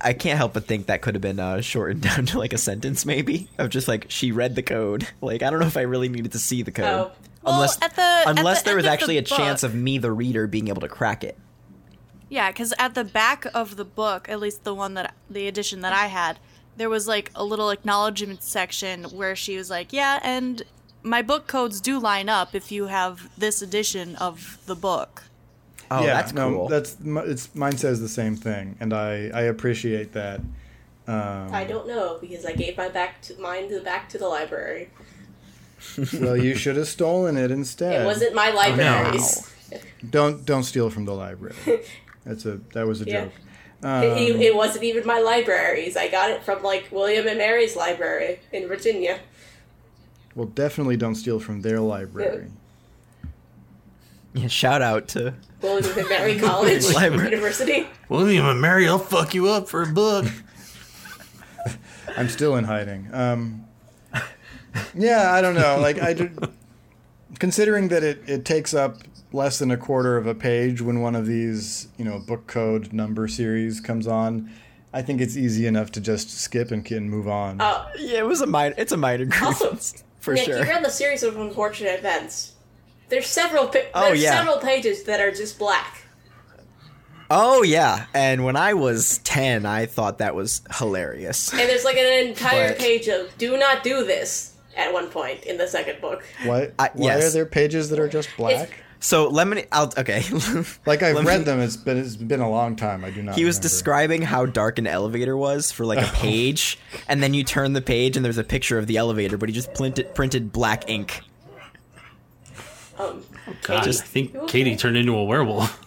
S5: I can't help but think that could have been uh, shortened down to like a sentence, maybe of just like she read the code. Like I don't know if I really needed to see the code,
S2: Oh.
S1: Well, at the- at the
S5: unless there
S1: end
S5: was
S1: of
S5: actually
S1: the
S5: a chance
S1: book-
S5: of me, the reader, being able to crack it.
S1: Yeah, because at the back of the book, at least the one that the edition that I had, there was like a little acknowledgement section where she was like, "Yeah, and my book codes do line up if you have this edition of the book."
S5: Oh, that's cool.
S3: that's m- it's mine says the same thing, and I I appreciate that.
S2: I don't know because I gave my back to mine to back to the library.
S3: Well, you should have stolen it instead.
S2: It wasn't my library's.
S3: Don't don't steal from the library. That's a that was a
S2: Yeah.
S3: joke.
S2: It- e, it, it wasn't even my library's. I got it from like William and Mary's library in Virginia.
S3: Well, definitely don't steal from their library.
S5: Yeah, shout out to
S2: William and Mary College
S5: Library.
S2: University.
S4: William and Mary, I'll fuck you up for a book.
S3: I'm still in hiding. Um, yeah, I don't know. Like I do, considering that it, it takes up less than a quarter of a page when one of these you know book code number series comes on. I think it's easy enough to just skip and can move on.
S2: Oh,
S5: yeah, it was a minor. It's a minor grievance
S2: Also,
S5: for
S2: Nick,
S5: sure.
S2: you read the series of unfortunate events. There's several. Pa-
S5: Oh,
S2: there's
S5: yeah.
S2: several pages that are just black.
S5: Oh yeah, and when I was ten, I thought that was hilarious.
S2: And there's like an entire
S5: But-
S2: page of "Do not do this" at one point in the second book.
S3: Why,
S5: I-
S3: why
S5: yes.
S3: are there pages that are just black?
S5: So Lemony, I'll, okay,
S3: Like I've
S5: Let me-
S3: read them, it's been it's been a long time. I do not.
S5: he was
S3: remember.
S5: describing how dark an elevator was for like a page, and then you turn the page and there's a picture of the elevator, but he just printed printed black ink.
S2: Um,
S4: God, I think Katie turned into a werewolf.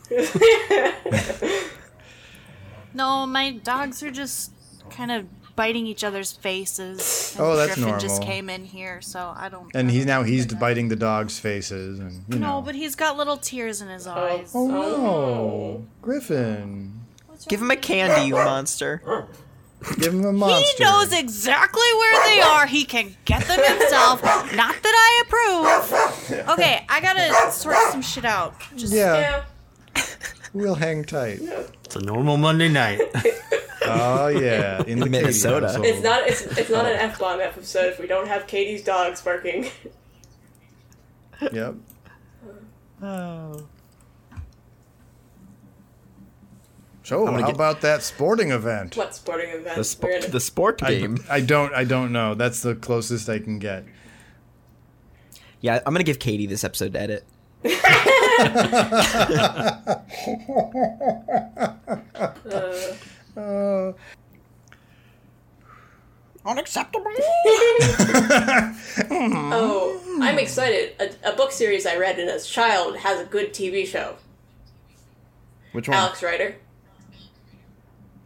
S1: No, my dogs are just kind of biting each other's faces. And
S3: Oh, that's
S1: Griffin just
S3: normal.
S1: came in here, so I don't.
S3: And
S1: I
S3: he's
S1: don't-
S3: now he's biting the dogs' faces, and you know.
S1: No, but he's got little tears in his eyes.
S3: oh no, Oh, Griffin,
S5: Give him a candy, you monster.
S3: give him a
S1: He
S3: monster.
S1: knows exactly where they are. He can get them himself. Not that I approve. Okay, I gotta sort some shit out. Just
S5: Uh,
S3: Yeah,
S2: yeah.
S3: we'll hang tight.
S4: It's a normal Monday night.
S3: Oh yeah, in the Katie
S5: Minnesota.
S3: household.
S2: It's not. It's, it's not an F bomb episode if we don't have Katie's dogs barking.
S3: Yep.
S5: Oh.
S3: So how
S5: get-
S3: about that sporting event?
S2: What sporting event?
S5: The,
S2: We're
S5: sp-
S2: in-
S5: the sport
S3: I,
S5: game.
S3: I don't I don't know. That's the closest I can get.
S5: Yeah, I'm gonna give Katie this episode to edit.
S2: uh,
S3: Uh,
S5: Unacceptable.
S2: oh, I'm excited. A, a book series I read as a child has a good TV show.
S5: Which one?
S2: Alex Rider.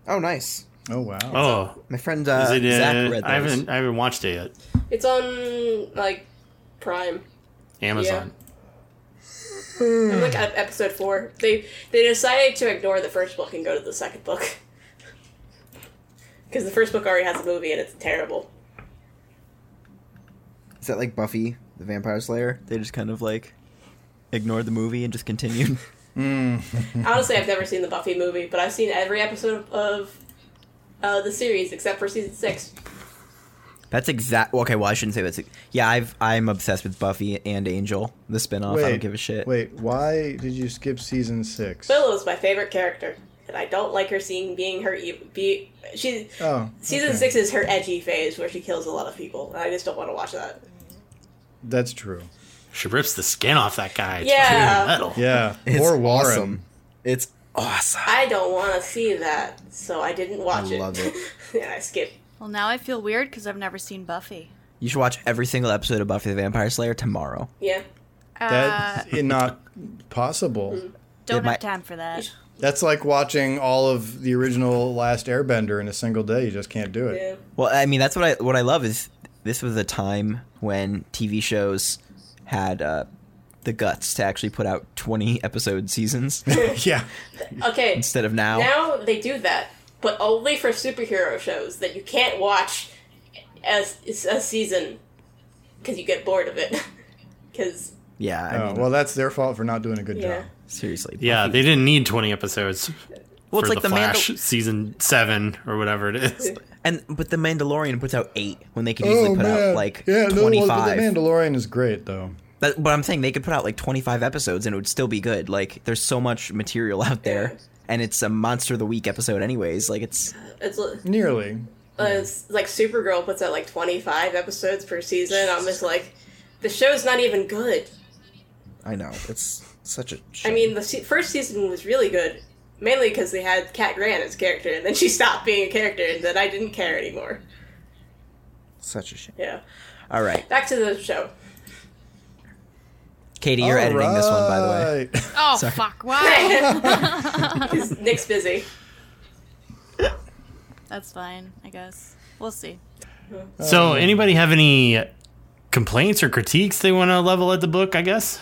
S5: Oh, nice.
S3: oh wow.
S4: Oh,
S5: My friend uh,
S4: is it? uh,
S5: Zach read those.
S4: I haven't I haven't watched it yet.
S2: It's on like Prime.
S4: Amazon.
S2: I'm like at episode four. They they decided to ignore the first book and go to the second book because the first book already has a movie and it's terrible.
S5: Is that like Buffy the Vampire Slayer. They just kind of like ignored the movie and just continued.
S2: Honestly, I've never seen the Buffy movie, but I've seen every episode of, of uh, the series except for season six.
S5: That's exact. Okay, well, I shouldn't say that's. ex- Yeah, I've I'm obsessed with Buffy and Angel, the spinoff. I don't give a shit.
S3: Wait, why did you skip season six?
S2: Willow's my favorite character, and I don't like her seeing being her e- be she.
S3: Oh,
S2: Season
S3: okay.
S2: six is her edgy phase where she kills a lot of people, and I just don't want to watch that.
S3: That's true.
S4: She rips the skin off that guy. It's
S2: Yeah.
S4: pure metal.
S3: Yeah,
S5: It's
S3: or Warren.
S5: awesome. It's awesome.
S2: I don't want to see that, so I didn't watch
S5: I
S2: it.
S5: love it.
S2: and I skipped.
S1: Well, now I feel weird because I've never seen Buffy.
S5: You should watch every single episode of Buffy the Vampire Slayer tomorrow.
S2: Yeah,
S1: Uh,
S3: That's i- not possible.
S1: don't have
S5: might-
S1: time for that.
S3: That's like watching all of the original Last Airbender in a single day. You just can't do it.
S2: yeah.
S5: Well, I mean, that's what I what I love is this was a time when TV shows had uh, the guts to actually put out twenty episode seasons
S3: Yeah.
S2: Okay,
S5: instead of now.
S2: now they do that, but only for superhero shows that you can't watch as a season because you get bored of it. Because
S5: Yeah, I
S3: Oh,
S5: mean,
S3: well, that's their fault for not doing a good
S2: yeah,
S3: job.
S5: seriously.
S4: Yeah, they didn't need 20 episodes
S5: Well,
S4: for
S5: it's like
S4: the
S5: the
S4: Flash
S5: Mandal-
S4: season 7 or whatever it is.
S5: and but the Mandalorian puts out eight when they could easily put out like
S3: Oh, yeah, no,
S5: twenty
S3: well, but
S5: five.
S3: the Mandalorian is great though.
S5: But what I'm saying, they could put out like 25 episodes and it would still be good. Like, there's so much material out there, and it's a monster of the week episode, anyways. Like, it's
S2: it's, uh,
S3: Nearly.
S2: it's like Supergirl puts out like twenty five episodes per season. I'm just like, the show's not even good.
S5: I know it's such a.
S2: I mean, the se- first season was really good, mainly because they had Cat Grant as character, and then she stopped being a character, and then I didn't care anymore.
S5: such a shit.
S2: Yeah,
S5: All right,
S2: back to the show.
S5: Katie, you're editing this one, by the way.
S3: the way.
S6: Oh fuck! Why?
S2: 'Cause Nick's busy.
S1: That's fine, I guess. We'll see.
S5: Oh,
S4: So, anybody have any complaints or critiques they want to level at the book, I guess?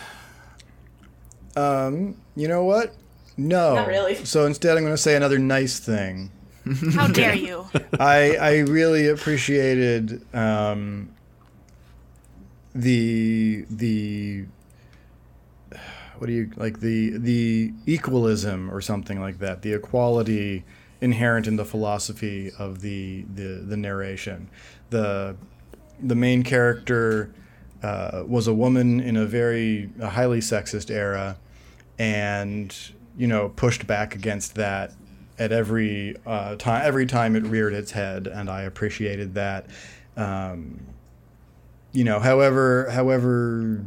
S3: You know what? No.
S2: Not really.
S3: So instead, I'm going to say another nice thing.
S1: How dare you?
S3: I I really appreciated um, the the what do you like the the equalism or something like that the equality inherent in the philosophy of the the, the narration the the main character uh, was a woman in a very a highly sexist era and you know pushed back against that at every uh, time every time it reared its head and I appreciated that um, you know however however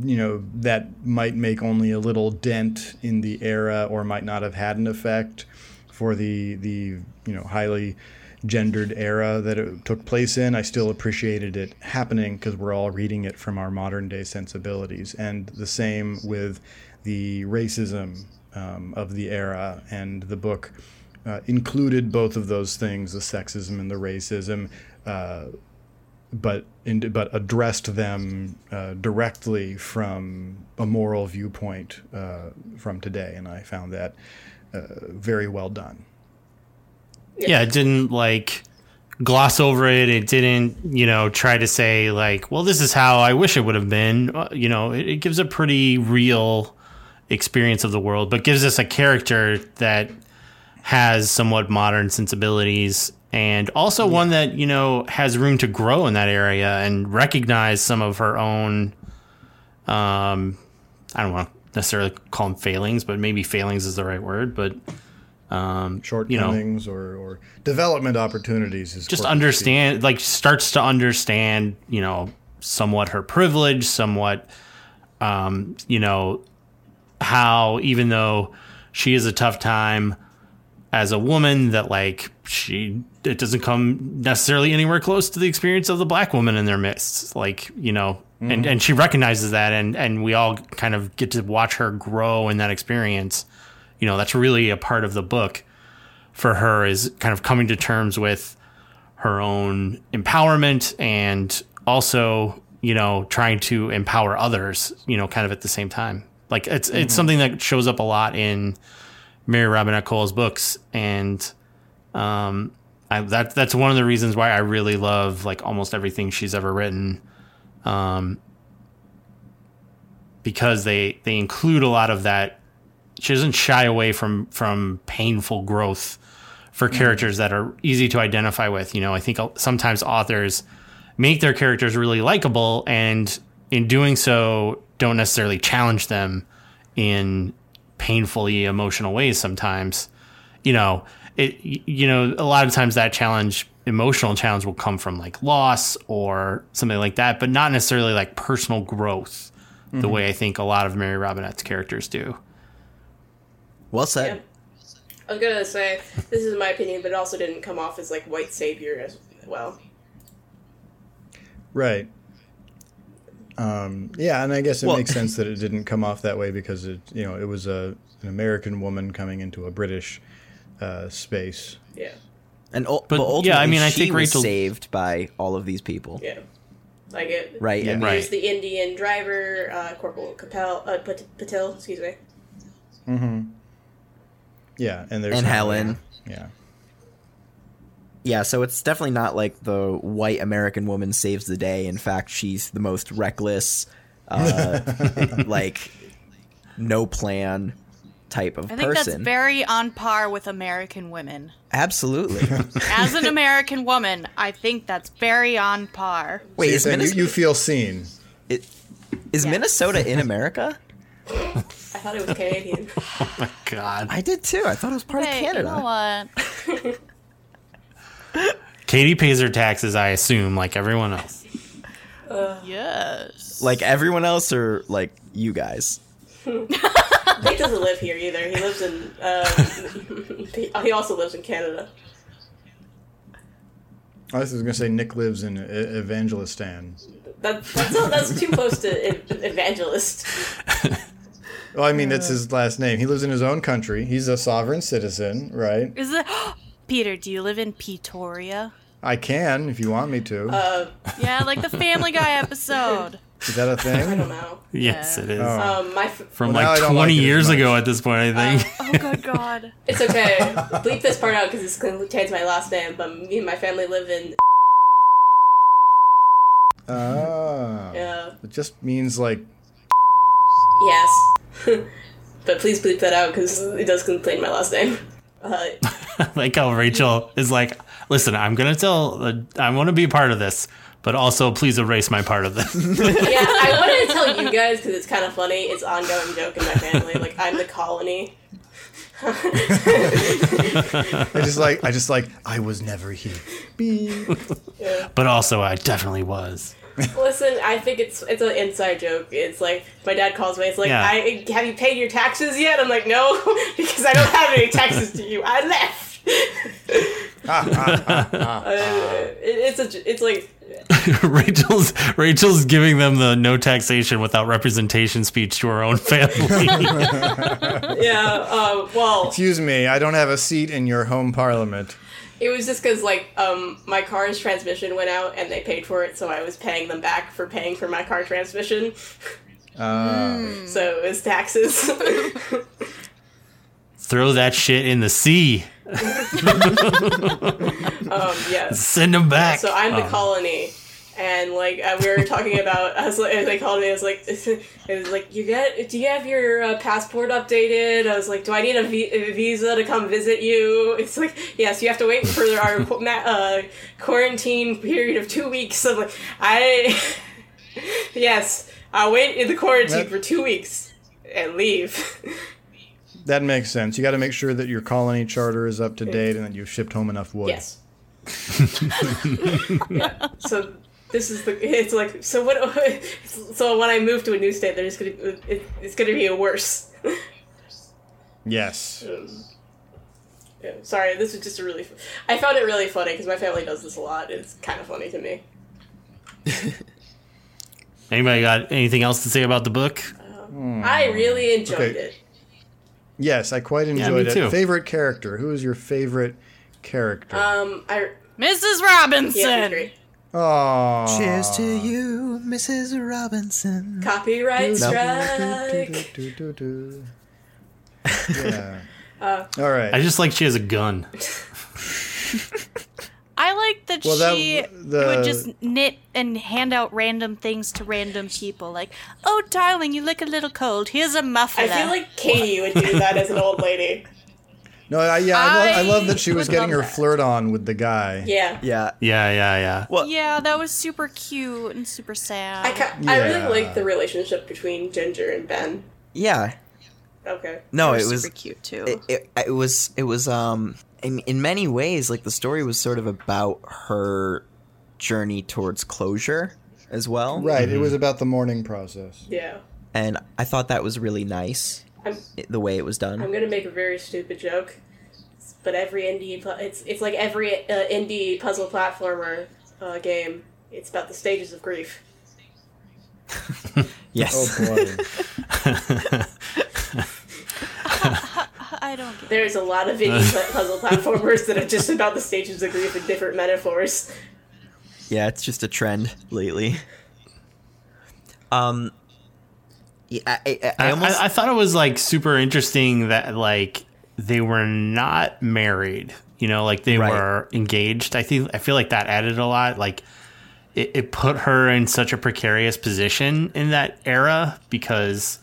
S3: you know that might make only a little dent in the era or might not have had an effect for the the you know highly gendered era that it took place in i still appreciated it happening because we're all reading it from our modern day sensibilities and the same with the racism um, of the era and the book uh, included both of those things the sexism and the racism uh, but in, but addressed them uh, directly from a moral viewpoint uh, from today, and I found that uh, very well done.
S4: yeah, it didn't like gloss over it. It didn't, you know, try to say like, well, this is how I wish it would have been. Uh, You know, it, it gives a pretty real experience of the world, but gives us a character that has somewhat modern sensibilities and also one that, you know, has room to grow in that area and recognize some of her own um I don't want to necessarily call them failings, but maybe failings is the right word, but um you know,
S3: Shortcomings or, or development opportunities is
S4: just
S3: quirky.
S4: understand like starts to understand you know somewhat her privilege somewhat um you know how even though she is a tough time as a woman that like she it doesn't come necessarily anywhere close to the experience of the black woman in their midst like you know and and she recognizes that and and we all kind of get to watch her grow in that experience you know that's really a part of the book for her is kind of coming to terms with her own empowerment and also you know trying to empower others you know kind of at the same time like it's it's something that shows up a lot in Mary Robinette Cole's books and um I, that that's one of the reasons why I really love like almost everything she's ever written um because they they include a lot of that. She doesn't shy away from from painful growth for characters that are easy to identify with. You know, I think sometimes authors make their characters really likable, and in doing so, don't necessarily challenge them in painfully emotional ways. Sometimes, you know, it you know a lot of times that challenge emotional challenge will come from like loss or something like that but not necessarily like personal growth the way i think a lot of mary robinette's characters do
S5: Well said.
S2: I was gonna say this is my opinion, but it also didn't come off as like white savior as well.
S3: Right. Um, yeah, and I guess it
S5: Well-
S3: makes sense that it didn't come off that way because it, you know, it was a an American woman coming into a British uh, space.
S2: Yeah,
S5: And ul-
S4: But,
S5: but,
S4: yeah,
S5: ultimately,
S4: I mean, I
S5: she
S4: think
S5: was
S4: Rachel-
S5: saved by all of these people,
S2: yeah, like it.
S5: right?
S3: Yeah.
S5: I mean,
S4: Right.
S2: There's the Indian driver, uh, Corporal Capel, uh, Pat- Patil, excuse me.
S3: Mm-hmm. Yeah, and there's
S5: And Helen.
S3: Yeah.
S5: Yeah, so it's definitely not like the white American woman saves the day. In fact, she's the most reckless, uh, like no plan type of
S1: I think that's
S5: person.
S1: very on par with American women.
S5: Absolutely.
S1: As an American woman, I think that's very on par.
S5: Wait,
S3: You
S5: is,
S3: said you,
S5: Minnes-
S3: you feel seen.
S5: it- is
S1: Yeah.
S5: Minnesota in America?
S2: I thought it was Canadian.
S4: my god
S5: I did too. I thought it was part
S1: Hey,
S5: of Canada.
S1: You know what?
S4: katie pays her taxes i assume like everyone else
S1: Yes.
S5: Like everyone else, or like you guys.
S2: Nate doesn't live here either. He lives in. Um, he also lives in Canada.
S3: I was going to say Nick lives in E- Evangelistan.
S2: That, that's that's too close to ev- evangelist.
S3: Well, I mean, that's his last name. He lives in his own country. He's a sovereign citizen, right?
S1: Is it Peter, do you live in Pretoria?
S3: I can if you want me to.
S2: Uh,
S1: Yeah, like the Family Guy episode.
S3: Is that a
S2: I
S3: thing?
S2: don't know.
S4: yes
S1: Yeah.
S4: it is
S3: Oh.
S2: Um, my f-
S4: from
S3: Well, now I
S4: like
S3: don't
S4: 20
S3: like it as
S4: years
S3: much.
S4: ago at this point i think
S1: Oh good god.
S2: It's okay. Bleep this part out because this contains my last name. But me and my family live in.
S3: Ah.
S2: Uh,
S3: It just means like
S2: yes. but please bleep that out because it does contain my last name. Uh,
S4: like how rachel is like listen i'm gonna tell uh, i want to be a part of this but also please erase my part of this
S2: yeah, I wanted to tell you guys because it's kind of funny. It's ongoing joke in my family. Like I'm the colony.
S3: I just like I just like I was never here. Beep.
S4: but also i definitely was
S2: Listen, I think it's it's an inside joke. It's like my dad calls me. It's like,
S4: Yeah.
S2: I have you paid your taxes yet? I'm like, no, because I don't have any taxes to you. I left. Uh, it, it's a j- it's like
S4: Rachel's Rachel's giving them the no taxation without representation speech to her own family.
S2: yeah. Um, well,
S3: Excuse me, I don't have a seat in your home parliament.
S2: it was just because like um my car's transmission went out and they paid for it, so I was paying them back for paying for my car transmission. Mm.
S3: Uh,
S2: So it was taxes.
S4: Throw that shit in the sea.
S2: um, yeah.
S4: Send them back.
S2: So I'm the
S4: Oh.
S2: colony, and like uh, we were talking about, I was like, and they called me. I was like, it was like, you get, do you have your uh, passport updated? I was like, do I need a, vi- a visa to come visit you? It's like, yes, you have to wait for our qu- ma- uh, quarantine period of two weeks. I'm like, I, yes, I'll wait in the quarantine
S3: That-
S2: for two weeks and leave.
S3: that makes sense. You got to make sure that your colony charter is up to date and that you've shipped home enough wood.
S2: Yes. Yeah. So this is the. It's like so. What? So when I move to a new state, they're just gonna. It, it's gonna be a worse.
S3: Yes.
S2: Yeah, sorry, this is just a really. I found it really funny because my family does this a lot. It's kind of funny to me.
S4: Anybody got anything else to say about the book?
S2: I really enjoyed
S3: Mm. Okay.
S2: it.
S3: Yes, I quite
S4: me
S3: enjoyed
S4: too.
S3: it. Favorite character? Who is your favorite character?
S2: Um, I
S1: Mrs.
S2: yeah,
S1: Robinson.
S2: it's great.
S3: Aww.
S5: Cheers to you, Mrs. Robinson.
S2: Copyright
S5: No.
S2: strike.
S3: yeah.
S2: Uh, Oh.
S3: All right.
S4: I just like she has a gun.
S1: I like that
S3: Well, that-
S1: she
S3: the-
S1: would just knit and hand out random things to random people. Like, oh, darling, you look a little cold. Here's a muffler.
S2: I feel like Katie would do that as an old lady.
S3: No, I, yeah, I, love, I love that she
S1: I
S3: was
S1: would
S3: getting
S1: love
S3: her
S1: that.
S3: flirt on with the guy.
S2: Yeah.
S5: Yeah.
S4: Yeah, yeah, yeah.
S5: Well,
S1: yeah, that was super cute and super sad.
S2: I, ca- I
S3: Yeah.
S2: really like the relationship between Ginger and Ben.
S5: yeah.
S2: Okay.
S5: No,
S1: They
S5: it
S1: were
S5: was
S1: super cute too.
S5: it, it, it was it was um in, in many ways like the story was sort of about her journey towards closure as well
S3: Right. It was about the mourning process.
S2: Yeah.
S5: and i thought that was really nice
S2: I'm
S5: it- the way it was
S2: I'm
S5: done
S2: gonna make a very stupid joke, but every indie pu- it's it's like every uh, indie puzzle platformer uh, game. It's about the stages of grief.
S3: Oh
S5: yes
S3: boy.
S1: I don't get.
S2: There's a lot of indie pu- puzzle platformers that are just about the stages of grief in different metaphors.
S5: yeah it's just a trend lately um yeah, I, I, I
S4: I,
S5: almost
S4: I, I thought it was like super interesting that like they were not married. You know, like they
S5: Right.
S4: were engaged. I think I feel like that added a lot. Like it, it put her in such a precarious position in that era because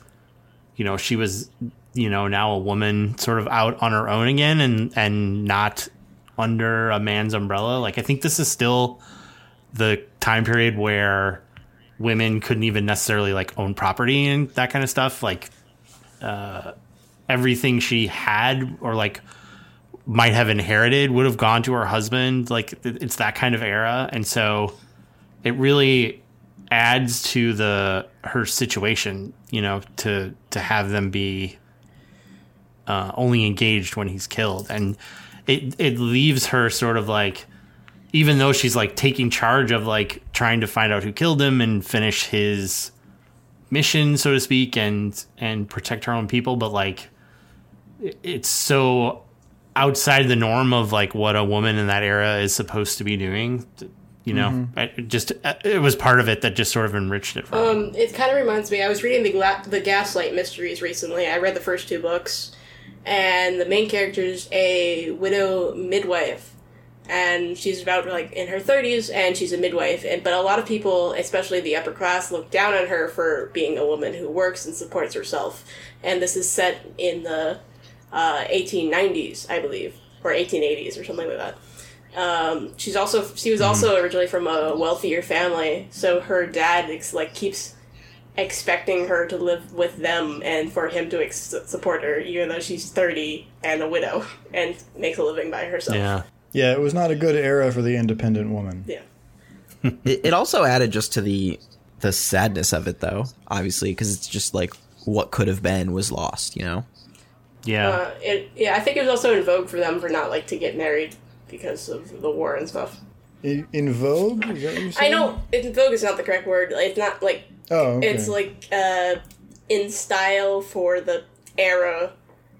S4: you know she was you know now a woman sort of out on her own again and and not under a man's umbrella. Like I think this is still the time period where women couldn't even necessarily like own property and that kind of stuff like uh everything she had or like might have inherited would have gone to her husband like th- it's that kind of era and so it really adds to the her situation you know to to have them be uh only engaged when he's killed and it it leaves her sort of like even though she's like taking charge of like trying to find out who killed him and finish his mission so to speak and and protect her own people but like it- it's so outside the norm of like what a woman in that era is supposed to be doing you know
S3: Mm-hmm.
S4: I, it just uh, it was part of it that just sort of enriched it for me.
S2: Um, it kind of reminds me. I was reading the Gla- the Gaslight Mysteries recently. I read the first two books, and the main character is a widow midwife, and she's about like in her thirties, and she's a midwife. And but a lot of people, especially the upper class, look down on her for being a woman who works and supports herself. And this is set in the uh, 1890s, I believe, or 1880s, or something like that. Um, she's also she was also originally from a wealthier family, so her dad ex- like keeps expecting her to live with them and for him to ex- support her, even though she's thirty and a widow and makes a living by herself.
S4: yeah
S3: Yeah, it was not a good era for the independent woman.
S2: Yeah.
S5: it, it also added just to the the sadness of it though obviously because it's just like what could have been was lost you know
S4: yeah
S2: Uh, it, yeah, I think it was also in vogue for them for not like to get married because of the war and stuff.
S3: In, in Vogue? Is that what you said?
S2: I know in vogue is not the correct word. It's not like
S3: Oh, okay.
S2: it's like uh, in style for the era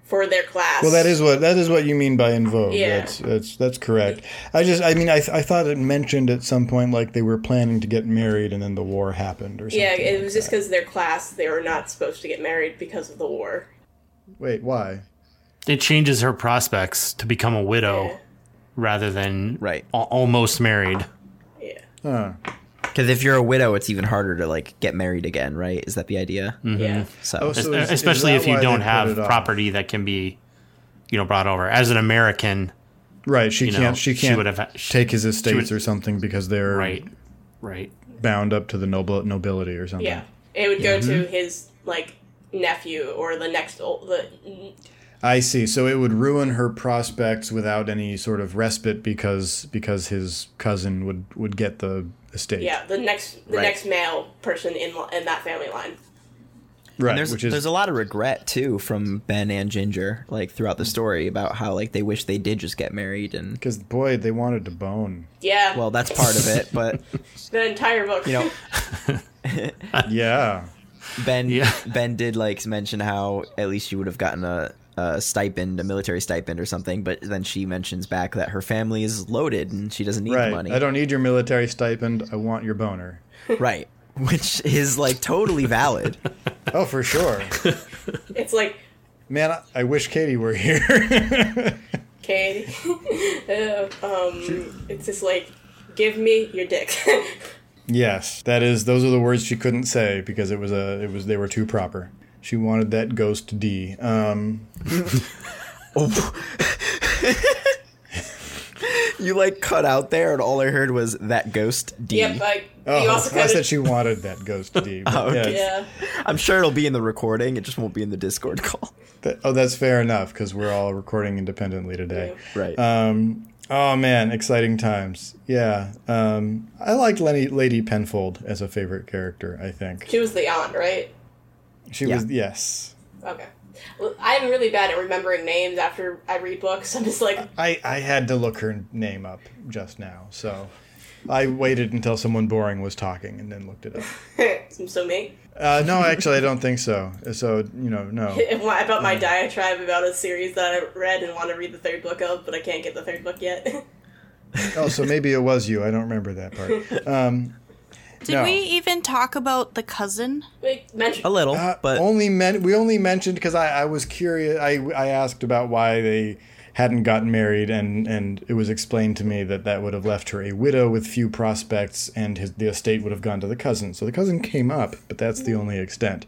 S2: for their class.
S3: Well, that is what that is what you mean by in vogue.
S2: Yeah.
S3: That's that's that's correct. I just I mean I, I thought it mentioned at some point like they were planning to get married and then the war happened or something.
S2: Yeah, it
S3: like
S2: was just
S3: that.
S2: because their class they were not supposed to get married because of the war.
S3: Wait, why?
S4: it changes her prospects to become a widow
S2: Yeah.
S4: rather than
S5: Right.
S4: al- almost married
S2: Yeah.
S3: Huh.
S5: because if you're a widow it's even harder to like get married again right is that the idea
S4: Mm-hmm.
S2: Yeah.
S5: so
S3: Oh, so is- is
S4: especially
S3: that
S4: if you
S3: why they
S4: don't
S3: put
S4: have
S3: it on?
S4: property that can be you know brought over as an american
S3: Right, she
S4: You know,
S3: can't she
S4: she
S3: can't
S4: would have- she-
S3: take his
S4: would-
S3: estates or something because they're
S4: right right
S3: bound up to the noble nobility or something.
S2: Yeah. It would go
S3: Mm-hmm.
S2: to his like nephew or the next old the
S3: I see. So it would ruin her prospects without any sort of respite because because his cousin would would get the estate.
S2: yeah, the next the
S5: Right.
S2: next male person in in that family line.
S3: Right,
S5: And there's
S3: which is
S5: there's a lot of regret too from Ben and Ginger, like throughout the story about how like they wish they did just get married and
S3: because boy, they wanted to bone.
S2: Yeah.
S5: well that's part of it, but
S2: the entire book.
S5: you know
S3: Yeah.
S5: Ben
S4: Yeah.
S5: Ben did like mention how at least she would have gotten a, a stipend, a military stipend or something, but then she mentions back that her family is loaded and she doesn't need
S3: Right.
S5: the money.
S3: I don't need your military stipend. I want your boner.
S5: Right. Which is like totally valid.
S3: Oh, for sure.
S2: it's like
S3: Man, I, I wish Katie were here.
S2: Katie. Uh, um, it's just like, give me your dick.
S3: Yes, that is. Those are the words she couldn't say because it was a. It was they were too proper. She wanted that ghost D. Um,
S5: You like cut out there, and all I heard was that ghost D.
S2: yep, I, you
S3: oh,
S2: also
S3: I
S2: kind
S3: said
S2: of.
S3: she wanted that ghost D. but
S5: Oh, okay.
S3: yeah,
S2: Yeah.
S5: I'm sure it'll be in the recording. It just won't be in the Discord call.
S3: that- oh, that's fair enough because we're all recording independently today.
S5: Right.
S3: Um, oh man, exciting times. Yeah. Um, I liked Lenny, Lady Penfold as a favorite character. I think
S2: She was the aunt, right?
S3: she
S5: Yeah.
S3: was. Yes.
S2: Okay. Well, I'm really bad at remembering names after I read books. I'm just like,
S3: I, I had to look her name up just now, so I waited until someone boring was talking and then looked it up.
S2: I'm so me.
S3: Uh, no, actually, I don't think so. So you know, no.
S2: Why- About
S3: Hmm.
S2: my diatribe about a series that I read and want to read the third book of, but I can't get the third book yet.
S3: Oh, so maybe it was you. I don't remember that part. Um,
S1: Did
S3: No.
S1: we even talk about the cousin?
S2: we mentioned.
S5: a little,
S3: uh,
S5: but
S3: only men. We only mentioned because I, I was curious. I I asked about why they hadn't gotten married, and and it was explained to me that that would have left her a widow with few prospects, and his the estate would have gone to the cousin. So the cousin came up, but that's the only extent.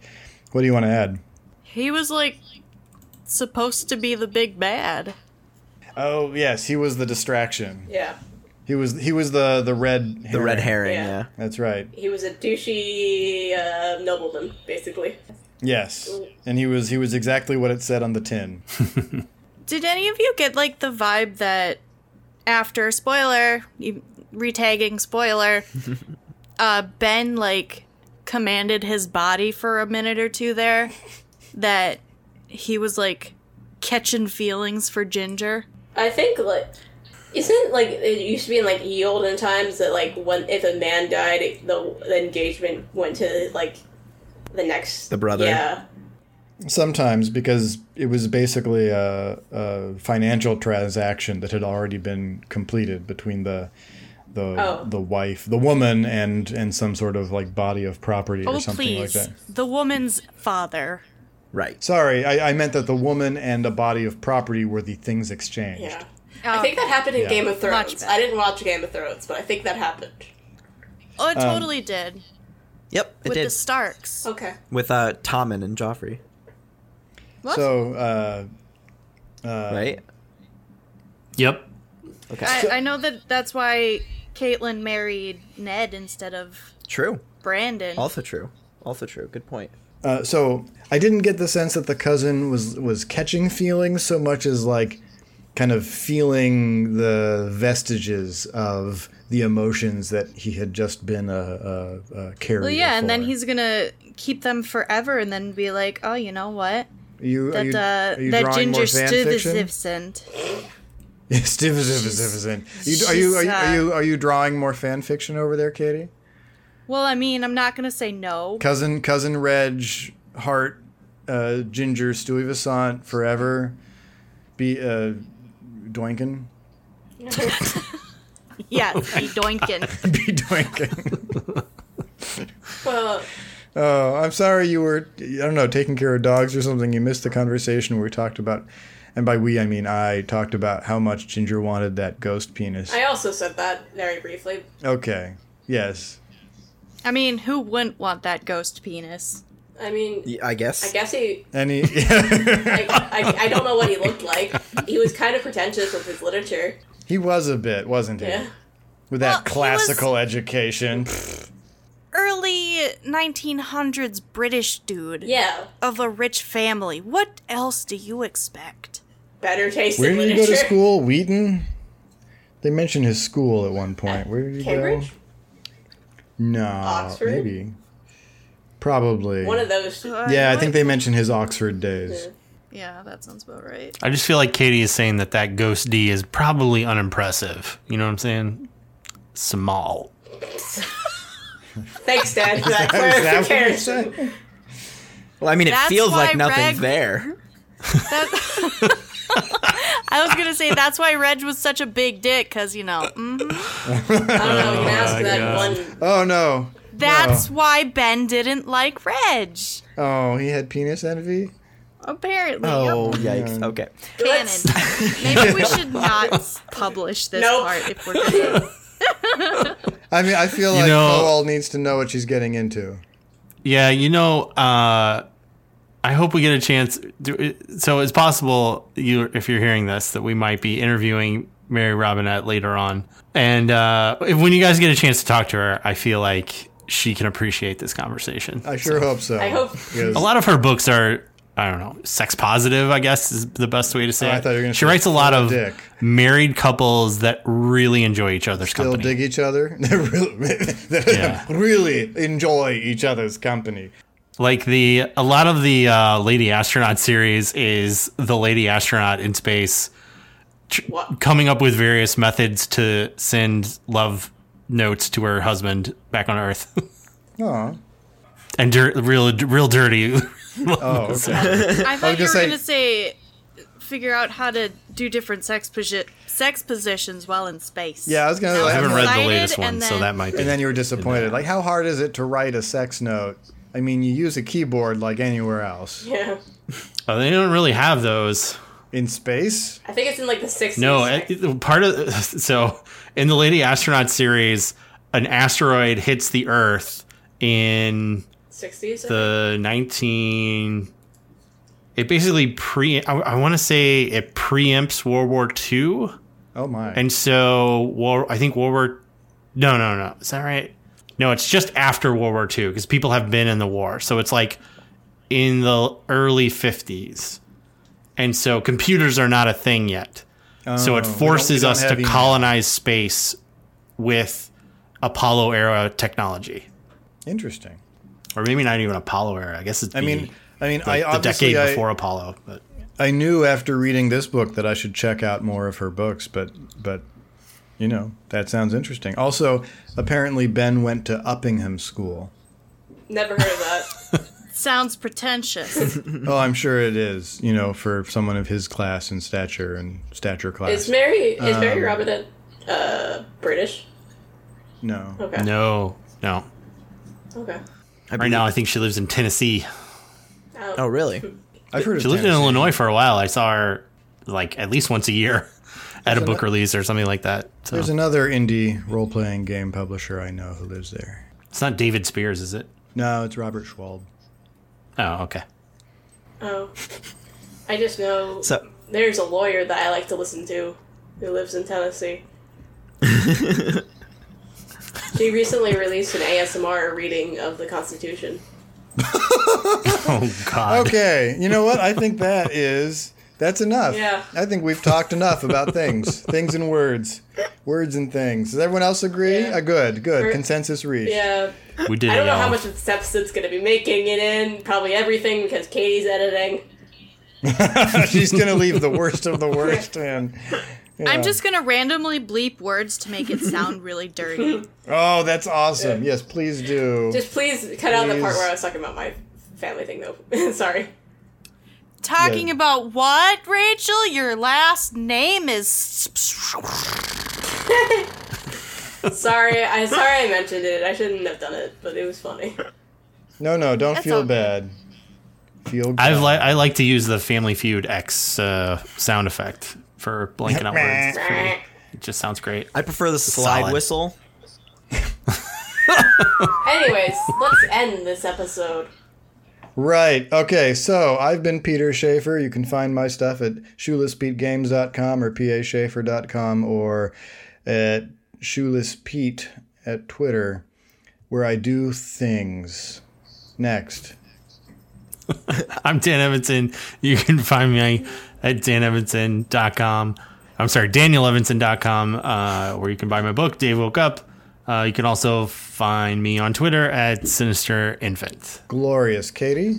S3: What do you want to add?
S1: He was like supposed to be the big bad.
S3: Oh yes, he was the distraction.
S2: Yeah.
S3: He was he was the the red
S5: the red herring.
S2: Yeah.
S5: Yeah.
S3: That's right.
S2: He was a douchey uh, nobleman, basically.
S3: Yes, and he was he was exactly what it said on the tin.
S1: Did any of you get like the vibe that after spoiler, you- retagging spoiler, uh, Ben like commanded his body for a minute or two there? That he was like catching feelings for Ginger?
S2: I think like isn't like it used to be in like ye olden times that like when if a man died it- the, the engagement went to like the next
S5: The brother.
S2: yeah
S3: Sometimes because it was basically a, a financial transaction that had already been completed between the the
S2: Oh.
S3: the wife, the woman, and and some sort of like body of property or
S1: Oh,
S3: something
S1: please.
S3: like that.
S1: The woman's father.
S5: Right.
S3: Sorry, I, I meant that the woman and a body of property were the things exchanged.
S2: yeah I think that happened in Game of Thrones
S1: better.
S2: I didn't watch Game of Thrones but I think that happened
S1: Oh, it
S3: Um,
S1: totally did.
S5: Yep. It
S1: With
S5: did
S1: the Starks.
S2: okay
S5: with uh Tommen and Joffrey.
S1: What?
S3: So uh,
S5: right.
S4: Yep.
S5: Okay.
S1: I, I know that that's why Caitlyn married Ned instead of
S5: true.
S1: Brandon.
S5: Also true. Also true. Good point.
S3: Uh, so I didn't get the sense that the cousin was was catching feelings so much as like kind of feeling the vestiges of the emotions that he had just been uh, a, a, a carrier.
S1: well, yeah, and then
S3: for.
S1: he's gonna keep them forever, and then be like, "Oh, you know what?
S3: Are you,
S1: That
S3: are you,
S1: uh,
S3: are you
S1: that
S3: drawing more
S1: Ginger
S3: fan fiction?
S1: Stuyvesant.
S3: Stiv- Stiv- Stiv- Stiv- Stiv- Are you are you are
S1: uh,
S3: you are you drawing more fan fiction over there, Katie?
S1: Well, I mean, I'm not gonna say no.
S3: Cousin cousin Reg Hart uh, Ginger Stuyvesant forever. Be uh, Doinkin.
S1: Yeah,
S3: Oh
S1: be doinkin.
S3: Be Doinkin.
S2: well
S3: Oh, I'm sorry you were, I don't know, taking care of dogs or something. You missed the conversation where we talked about, and by we, I mean I, talked about how much Ginger wanted that ghost penis.
S2: I also said that very briefly
S3: Okay. Yes.
S1: I mean, who wouldn't want that ghost penis?
S2: I mean
S5: Y- I guess.
S2: I guess he
S3: Any.
S2: I, I, I don't know what he looked like he was kind of pretentious with his literature
S3: he was a bit, wasn't he?
S2: yeah
S3: With
S1: Well,
S3: that
S1: he was-
S3: classical education.
S1: Early 1900s British dude
S2: yeah
S1: of a rich family. What else do you expect?
S2: better taste
S3: Where
S2: in
S3: did he go
S2: literature
S3: to school? Wheaton? They mentioned his school at one point. Where did he
S2: Cambridge
S3: go? No.
S2: Oxford?
S3: Maybe. Probably.
S2: one of those
S3: yeah, I think they mentioned his Oxford days.
S1: Yeah, that sounds about right.
S4: I just feel like Katie is saying that that ghost D is probably unimpressive. You know what I'm saying? Small.
S2: thanks dad for that
S3: Is that what you're
S2: clarification
S3: saying?
S5: well, I mean, it
S1: That's
S5: feels
S1: why
S5: like
S1: Reg-
S5: nothing's there.
S1: That- I was gonna say that's why Reg was such a big dick, cause you know. mhm.
S2: I don't know you can ask
S4: Oh my
S2: that
S4: God.
S2: one
S3: Oh no.
S1: That's why Ben didn't like Reg.
S3: Oh, he had penis envy?
S1: Apparently.
S5: Oh,
S1: yep.
S5: yikes. Okay.
S2: Let's-
S1: Canon. Maybe we should not publish this
S2: Nope.
S1: part if we're going to.
S3: I mean, I feel like
S4: know-
S3: Coal needs to know what she's getting into.
S4: Yeah, you know, uh, I hope we get a chance. do- So it's possible you, if you're hearing this, that we might be interviewing Mary Robinette later on. And uh, if, when you guys get a chance to talk to her, I feel like she can appreciate this conversation.
S3: I sure hope so.
S2: I hope-
S3: because-
S4: A lot of her books are, I don't know, sex positive. I guess is the best way to say
S3: Oh,
S4: it.
S3: I thought you were gonna
S4: she
S3: say
S4: writes a lot
S3: full
S4: of
S3: dick.
S4: married couples that really enjoy each other's
S3: They'll
S4: company.
S3: dig each other. They really, they
S4: Yeah.
S3: really enjoy each other's company.
S4: like the a lot of the uh, lady astronaut series is the lady astronaut in space tr-
S2: What?
S4: coming up with various methods to send love notes to her husband back on earth
S3: Oh,
S4: and dir- real real dirty
S3: oh, okay.
S1: I thought you were
S3: just
S1: going to say figure out how to do different sex posi- sex positions while in space.
S3: yeah, I was gonna.
S4: i haven't read the
S1: Excited,
S4: latest one
S1: and
S4: so
S1: then-
S4: that might be
S3: And then you were disappointed. Like, how hard is it to write a sex note? I mean, you use a keyboard like anywhere else.
S2: Yeah.
S4: oh, they don't really have those
S3: In space,
S2: I think it's in like the 60s.
S4: No, it, part of so in the Lady Astronaut series, an asteroid hits the Earth in
S2: 60s. I think.
S4: the nineteen. It basically pre. I, I want to say it preempts World War II,
S3: oh my!
S4: and so war. I think World War. No, no, no. Is that right? No, it's just after World War II because people have been in the war, so it's like in the early fifties, and so computers are not a thing yet. So
S3: Oh,
S4: it
S3: we don't-
S4: forces
S3: we don't
S4: us to
S3: have email.
S4: colonize space with Apollo era technology,
S3: Interesting.
S4: or maybe not even Apollo era. I guess it's
S3: I mean, I mean, I
S4: like the
S3: obviously
S4: decade
S3: I-
S4: before Apollo. But
S3: I knew after reading this book that I should check out more of her books, but but you know that sounds interesting. Also, apparently Ben went to Uppingham School.
S2: Never heard of that.
S1: Sounds pretentious.
S3: Oh, I'm sure it is. You know, for someone of his class and stature and stature class.
S2: Is Mary is
S4: Um,
S2: Mary Robinette uh, British?
S3: no,
S2: Okay.
S4: no, no.
S2: Okay.
S4: Right now, I think she lives in Tennessee.
S2: Oh,
S5: Oh, really?
S3: I've heard.
S4: She
S3: of
S4: lived in
S3: Tennessee.
S4: Illinois for a while. I saw her like at least once a year at a book release or something like that. So
S3: There's another indie role-playing game publisher I know who lives there.
S4: it's not David Spears, is it?
S3: No, it's Robert Schwab.
S4: Oh, okay.
S2: Oh. I just know
S5: So,
S2: there's a lawyer that I like to listen to who lives in Tennessee. she recently released an ASMR reading of the Constitution.
S4: Oh God.
S3: Okay, you know what? I think that is that's enough.
S2: Yeah.
S3: I think we've talked enough about things, things and words, words and things. Does everyone else agree?
S2: Yeah.
S3: Uh, good, good.
S2: We're-
S3: Consensus reached.
S2: Yeah.
S4: We did. um,
S2: I don't
S4: it
S2: know how
S4: all.
S2: much of this episode's going to be making it in. Probably everything because Katie's editing.
S3: She's gonna leave the worst of the worst in. Yeah.
S1: I'm just going to randomly bleep words to make it sound really dirty.
S3: Oh, that's awesome. Yes, please do.
S2: Just please cut out the part
S3: Please.
S2: where I was talking about my family thing, though. Sorry.
S1: Talking
S3: Yeah.
S1: about what, Rachel? Your last name is.
S2: Sorry. I sorry I mentioned it. I shouldn't have done it, but it was funny.
S3: no, no, don't
S1: That's
S3: feel
S1: all-
S3: bad. Feel good.
S4: I've li- I like to use the Family Feud X uh, sound effect for blanking out words. It's pretty- It just sounds great.
S5: I prefer the slide
S4: Solid.
S5: whistle.
S2: Anyways, let's end this episode.
S3: Right. Okay. So I've been Peter Schaefer. You can find my stuff at shoelesspetegames.com or paschaefer.com or at shoelesspete at Twitter, where I do things. Next.
S4: I'm Dan Evanson. You can find me at danevanson.com. I'm sorry, danielevanson.com, uh, where you can buy my book, Dave Woke Up. Uh, you can also find me on Twitter at Sinister Infant.
S3: Glorious, Katie.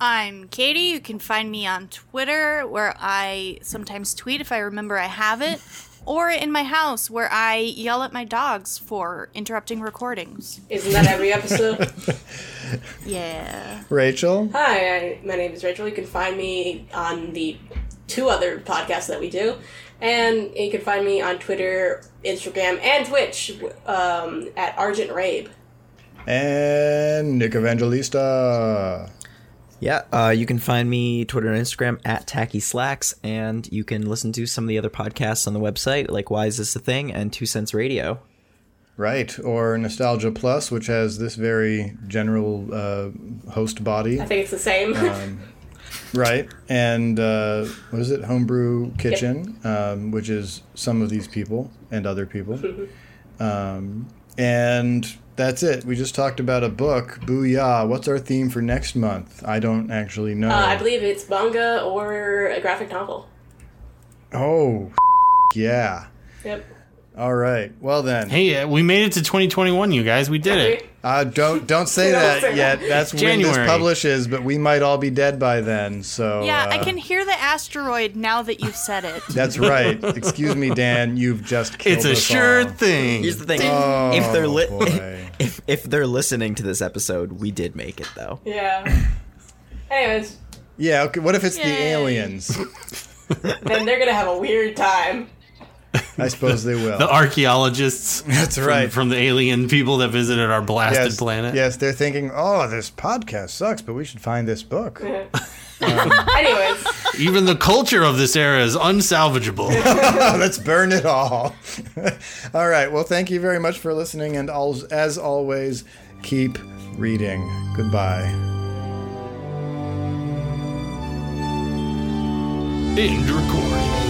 S1: I'm Katie. You can find me on Twitter, where I sometimes tweet if I remember I have it, or in my house, where I yell at my dogs for interrupting recordings.
S2: Isn't that every episode?
S1: Yeah.
S3: Rachel.
S2: Hi, I, my name is Rachel. You can find me on the two other podcasts that we do, and you can find me on Twitter, Instagram, and Twitch um, at Argent Rabe.
S3: And Nick Evangelista.
S5: Yeah, uh, you can find me Twitter and Instagram at Tacky Slacks, and you can listen to some of the other podcasts on the website, like Why Is This a Thing and Two Cents Radio.
S3: Right, or Nostalgia Plus, which has this very general uh, host body.
S2: I think it's the same.
S3: Right, and uh, what is it? Homebrew Kitchen, um, which is some of these people and other people. Um,
S2: Mm-hmm.
S3: and that's it. We just talked about a book. Booyah. What's our theme for next month? I don't actually know.
S2: uh, I believe it's manga or a graphic novel.
S3: oh, yeah.
S2: Yep.
S3: All right. Well then.
S4: Hey, uh, we made it to 2021, you guys. We did it.
S3: Uh, don't don't say
S2: Don't
S3: that
S2: say
S3: yet.
S2: that.
S3: That's when
S4: January.
S3: this publishes, but we might all be dead by then. So
S1: Yeah, I
S3: uh,
S1: can hear the asteroid now that you've said it.
S3: That's right. Excuse me, Dan. You've just killed
S4: It's a
S3: us
S4: sure
S3: all.
S4: thing.
S5: Here's the thing:
S3: Oh,
S5: if they're li-
S3: boy.
S5: if, if they're listening to this episode, we did make it though.
S2: Yeah. Anyways,
S3: Yeah. Okay. What if it's the
S1: Yay.
S3: aliens?
S2: then they're gonna have a weird time.
S3: I suppose they will.
S4: The archaeologists.
S3: That's
S4: from-
S3: right.
S4: From the alien people that visited our blasted
S3: yes,
S4: planet.
S3: Yes, they're thinking, oh, this podcast sucks, but we should find this book.
S2: Anyways,
S4: Even the culture of this era is unsalvageable.
S3: Oh, let's burn it all. all right. Well, thank you very much for listening, and al as always, keep reading. Goodbye.
S4: End recording.